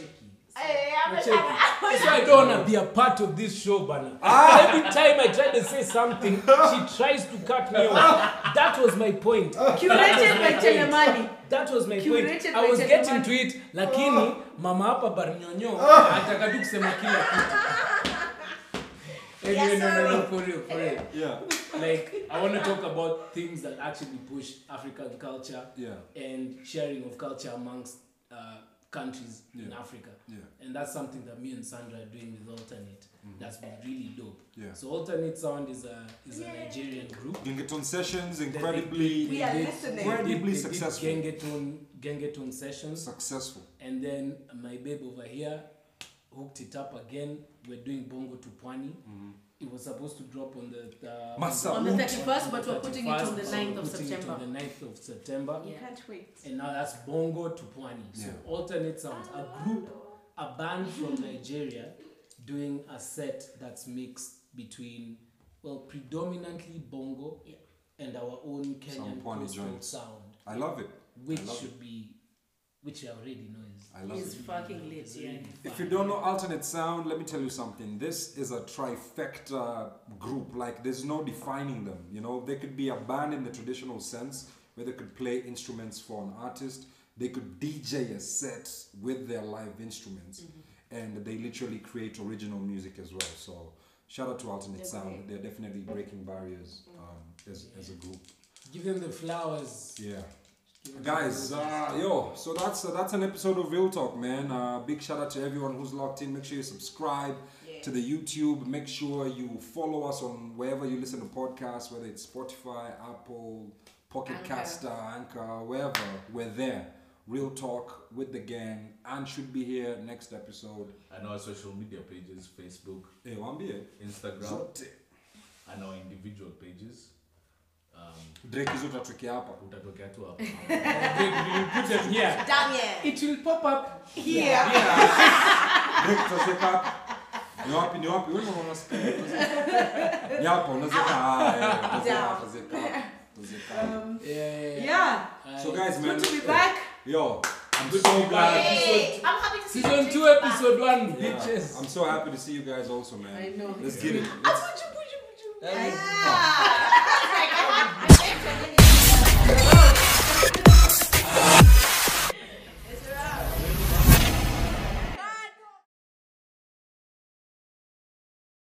Speaker 6: Hey, I'm
Speaker 5: No,
Speaker 6: not-
Speaker 5: check it. So I don't wanna be a part of this show, Bana. Every time I try to say something, she tries to cut me off. That was my point.
Speaker 2: Ah. Curated by
Speaker 5: That was my
Speaker 2: Telemani.
Speaker 5: That was my point.
Speaker 2: Curated
Speaker 5: I was
Speaker 2: by
Speaker 5: getting
Speaker 2: Telemani.
Speaker 5: to it, lakini mama hapa barnyonyo hataka tu kusema kila kitu. Anyway,
Speaker 6: Yes,
Speaker 5: no, no, no,
Speaker 6: sorry.
Speaker 5: for real, for real.
Speaker 1: Yeah.
Speaker 5: Like, I want to talk about things that actually push African culture
Speaker 1: Yeah.
Speaker 5: and sharing of culture amongst uh, countries in
Speaker 1: Yeah.
Speaker 5: Africa.
Speaker 1: Yeah.
Speaker 5: And that's something that me and Sandra are doing with Alternate. That's been really dope.
Speaker 1: Mm-hmm. Yeah.
Speaker 5: So Alternate Sound is a is a Nigerian group.
Speaker 1: Gengeton sessions
Speaker 5: that they-
Speaker 1: incredibly
Speaker 6: We are
Speaker 5: did-
Speaker 6: listening.
Speaker 5: they did-
Speaker 1: Incredibly
Speaker 5: they did
Speaker 1: successful.
Speaker 5: Gengeton Gengeton sessions,
Speaker 1: successful.
Speaker 5: and then my babe over here hooked it up again. We're doing Bongo to Pwani.
Speaker 1: Mm-hmm.
Speaker 5: It was supposed to drop on the, the
Speaker 1: Massa
Speaker 2: On the
Speaker 1: Ooh.
Speaker 2: 31st, but we're putting it on the
Speaker 5: 31st,
Speaker 2: 9th of
Speaker 5: we're putting it on
Speaker 2: September.
Speaker 5: the 9th of September.
Speaker 2: Yeah.
Speaker 6: Can't wait.
Speaker 5: and now that's bongo to pwani so
Speaker 1: Yeah.
Speaker 5: alternate sounds a group a band from nigeria doing a set that's mixed between well predominantly bongo
Speaker 2: Yeah.
Speaker 5: and our own
Speaker 1: Some
Speaker 5: kenyan
Speaker 1: Pwani
Speaker 5: coastal
Speaker 1: joints.
Speaker 5: sound
Speaker 1: I love it.
Speaker 5: which
Speaker 1: I love
Speaker 5: should be which i already know is
Speaker 1: I love
Speaker 2: It's
Speaker 1: it.
Speaker 2: fucking lit,
Speaker 5: is
Speaker 2: yeah.
Speaker 5: really
Speaker 1: If
Speaker 5: fun.
Speaker 1: you don't know alternate sound, let me tell you something. This is a trifecta group. Like there's no defining them. You know, they could be a band in the traditional sense where they could play instruments for an artist. They could DJ a set with their live instruments,
Speaker 6: Mm-hmm.
Speaker 1: and they literally create original music as well. So shout out to alternate
Speaker 6: They're
Speaker 1: sound.
Speaker 6: great. Mm.
Speaker 1: They're definitely breaking barriers um, as, as a group.
Speaker 5: give them the flowers
Speaker 1: Yeah.
Speaker 5: Give them the
Speaker 1: guys
Speaker 5: roses.
Speaker 1: uh, yo so that's uh, that's an episode of real talk man uh, big shout out to everyone who's locked in make sure you subscribe to the youtube make sure you follow us on wherever you listen to podcasts whether it's spotify apple pocket
Speaker 2: Anchor.
Speaker 1: caster anchor wherever we're there real talk with the gang and should be here next episode Eh,
Speaker 3: And our social media pages Facebook,
Speaker 1: hey wambie
Speaker 3: Instagram,
Speaker 1: zote
Speaker 3: and our individual pages. Um,
Speaker 1: drake izo tatuke hapa
Speaker 3: utatokea tu hapo.
Speaker 5: They- you put them here
Speaker 6: Damn yeah.
Speaker 5: it will pop up
Speaker 6: Here.
Speaker 1: drake tutaweka hapa ni wapi ni wapi wewe unaona ni hapa unazeka haya
Speaker 6: Down.
Speaker 1: utazeka hapa utazeka hapa
Speaker 2: Um,
Speaker 5: yeah,
Speaker 2: yeah.
Speaker 5: Uh,
Speaker 1: So guys, man, eh,
Speaker 2: Good to be back.
Speaker 1: yo, I'm
Speaker 5: Good to
Speaker 1: so
Speaker 5: be
Speaker 1: glad.
Speaker 5: back.
Speaker 6: Hey, I'm happy to see
Speaker 5: season
Speaker 6: you.
Speaker 5: two episode one
Speaker 1: Yeah,
Speaker 5: bitches
Speaker 1: I'm so happy to see you guys also, man.
Speaker 2: I know.
Speaker 1: Let's get it. Let's,
Speaker 6: Puchu, puchu, puchu.
Speaker 5: That was-
Speaker 6: Yeah.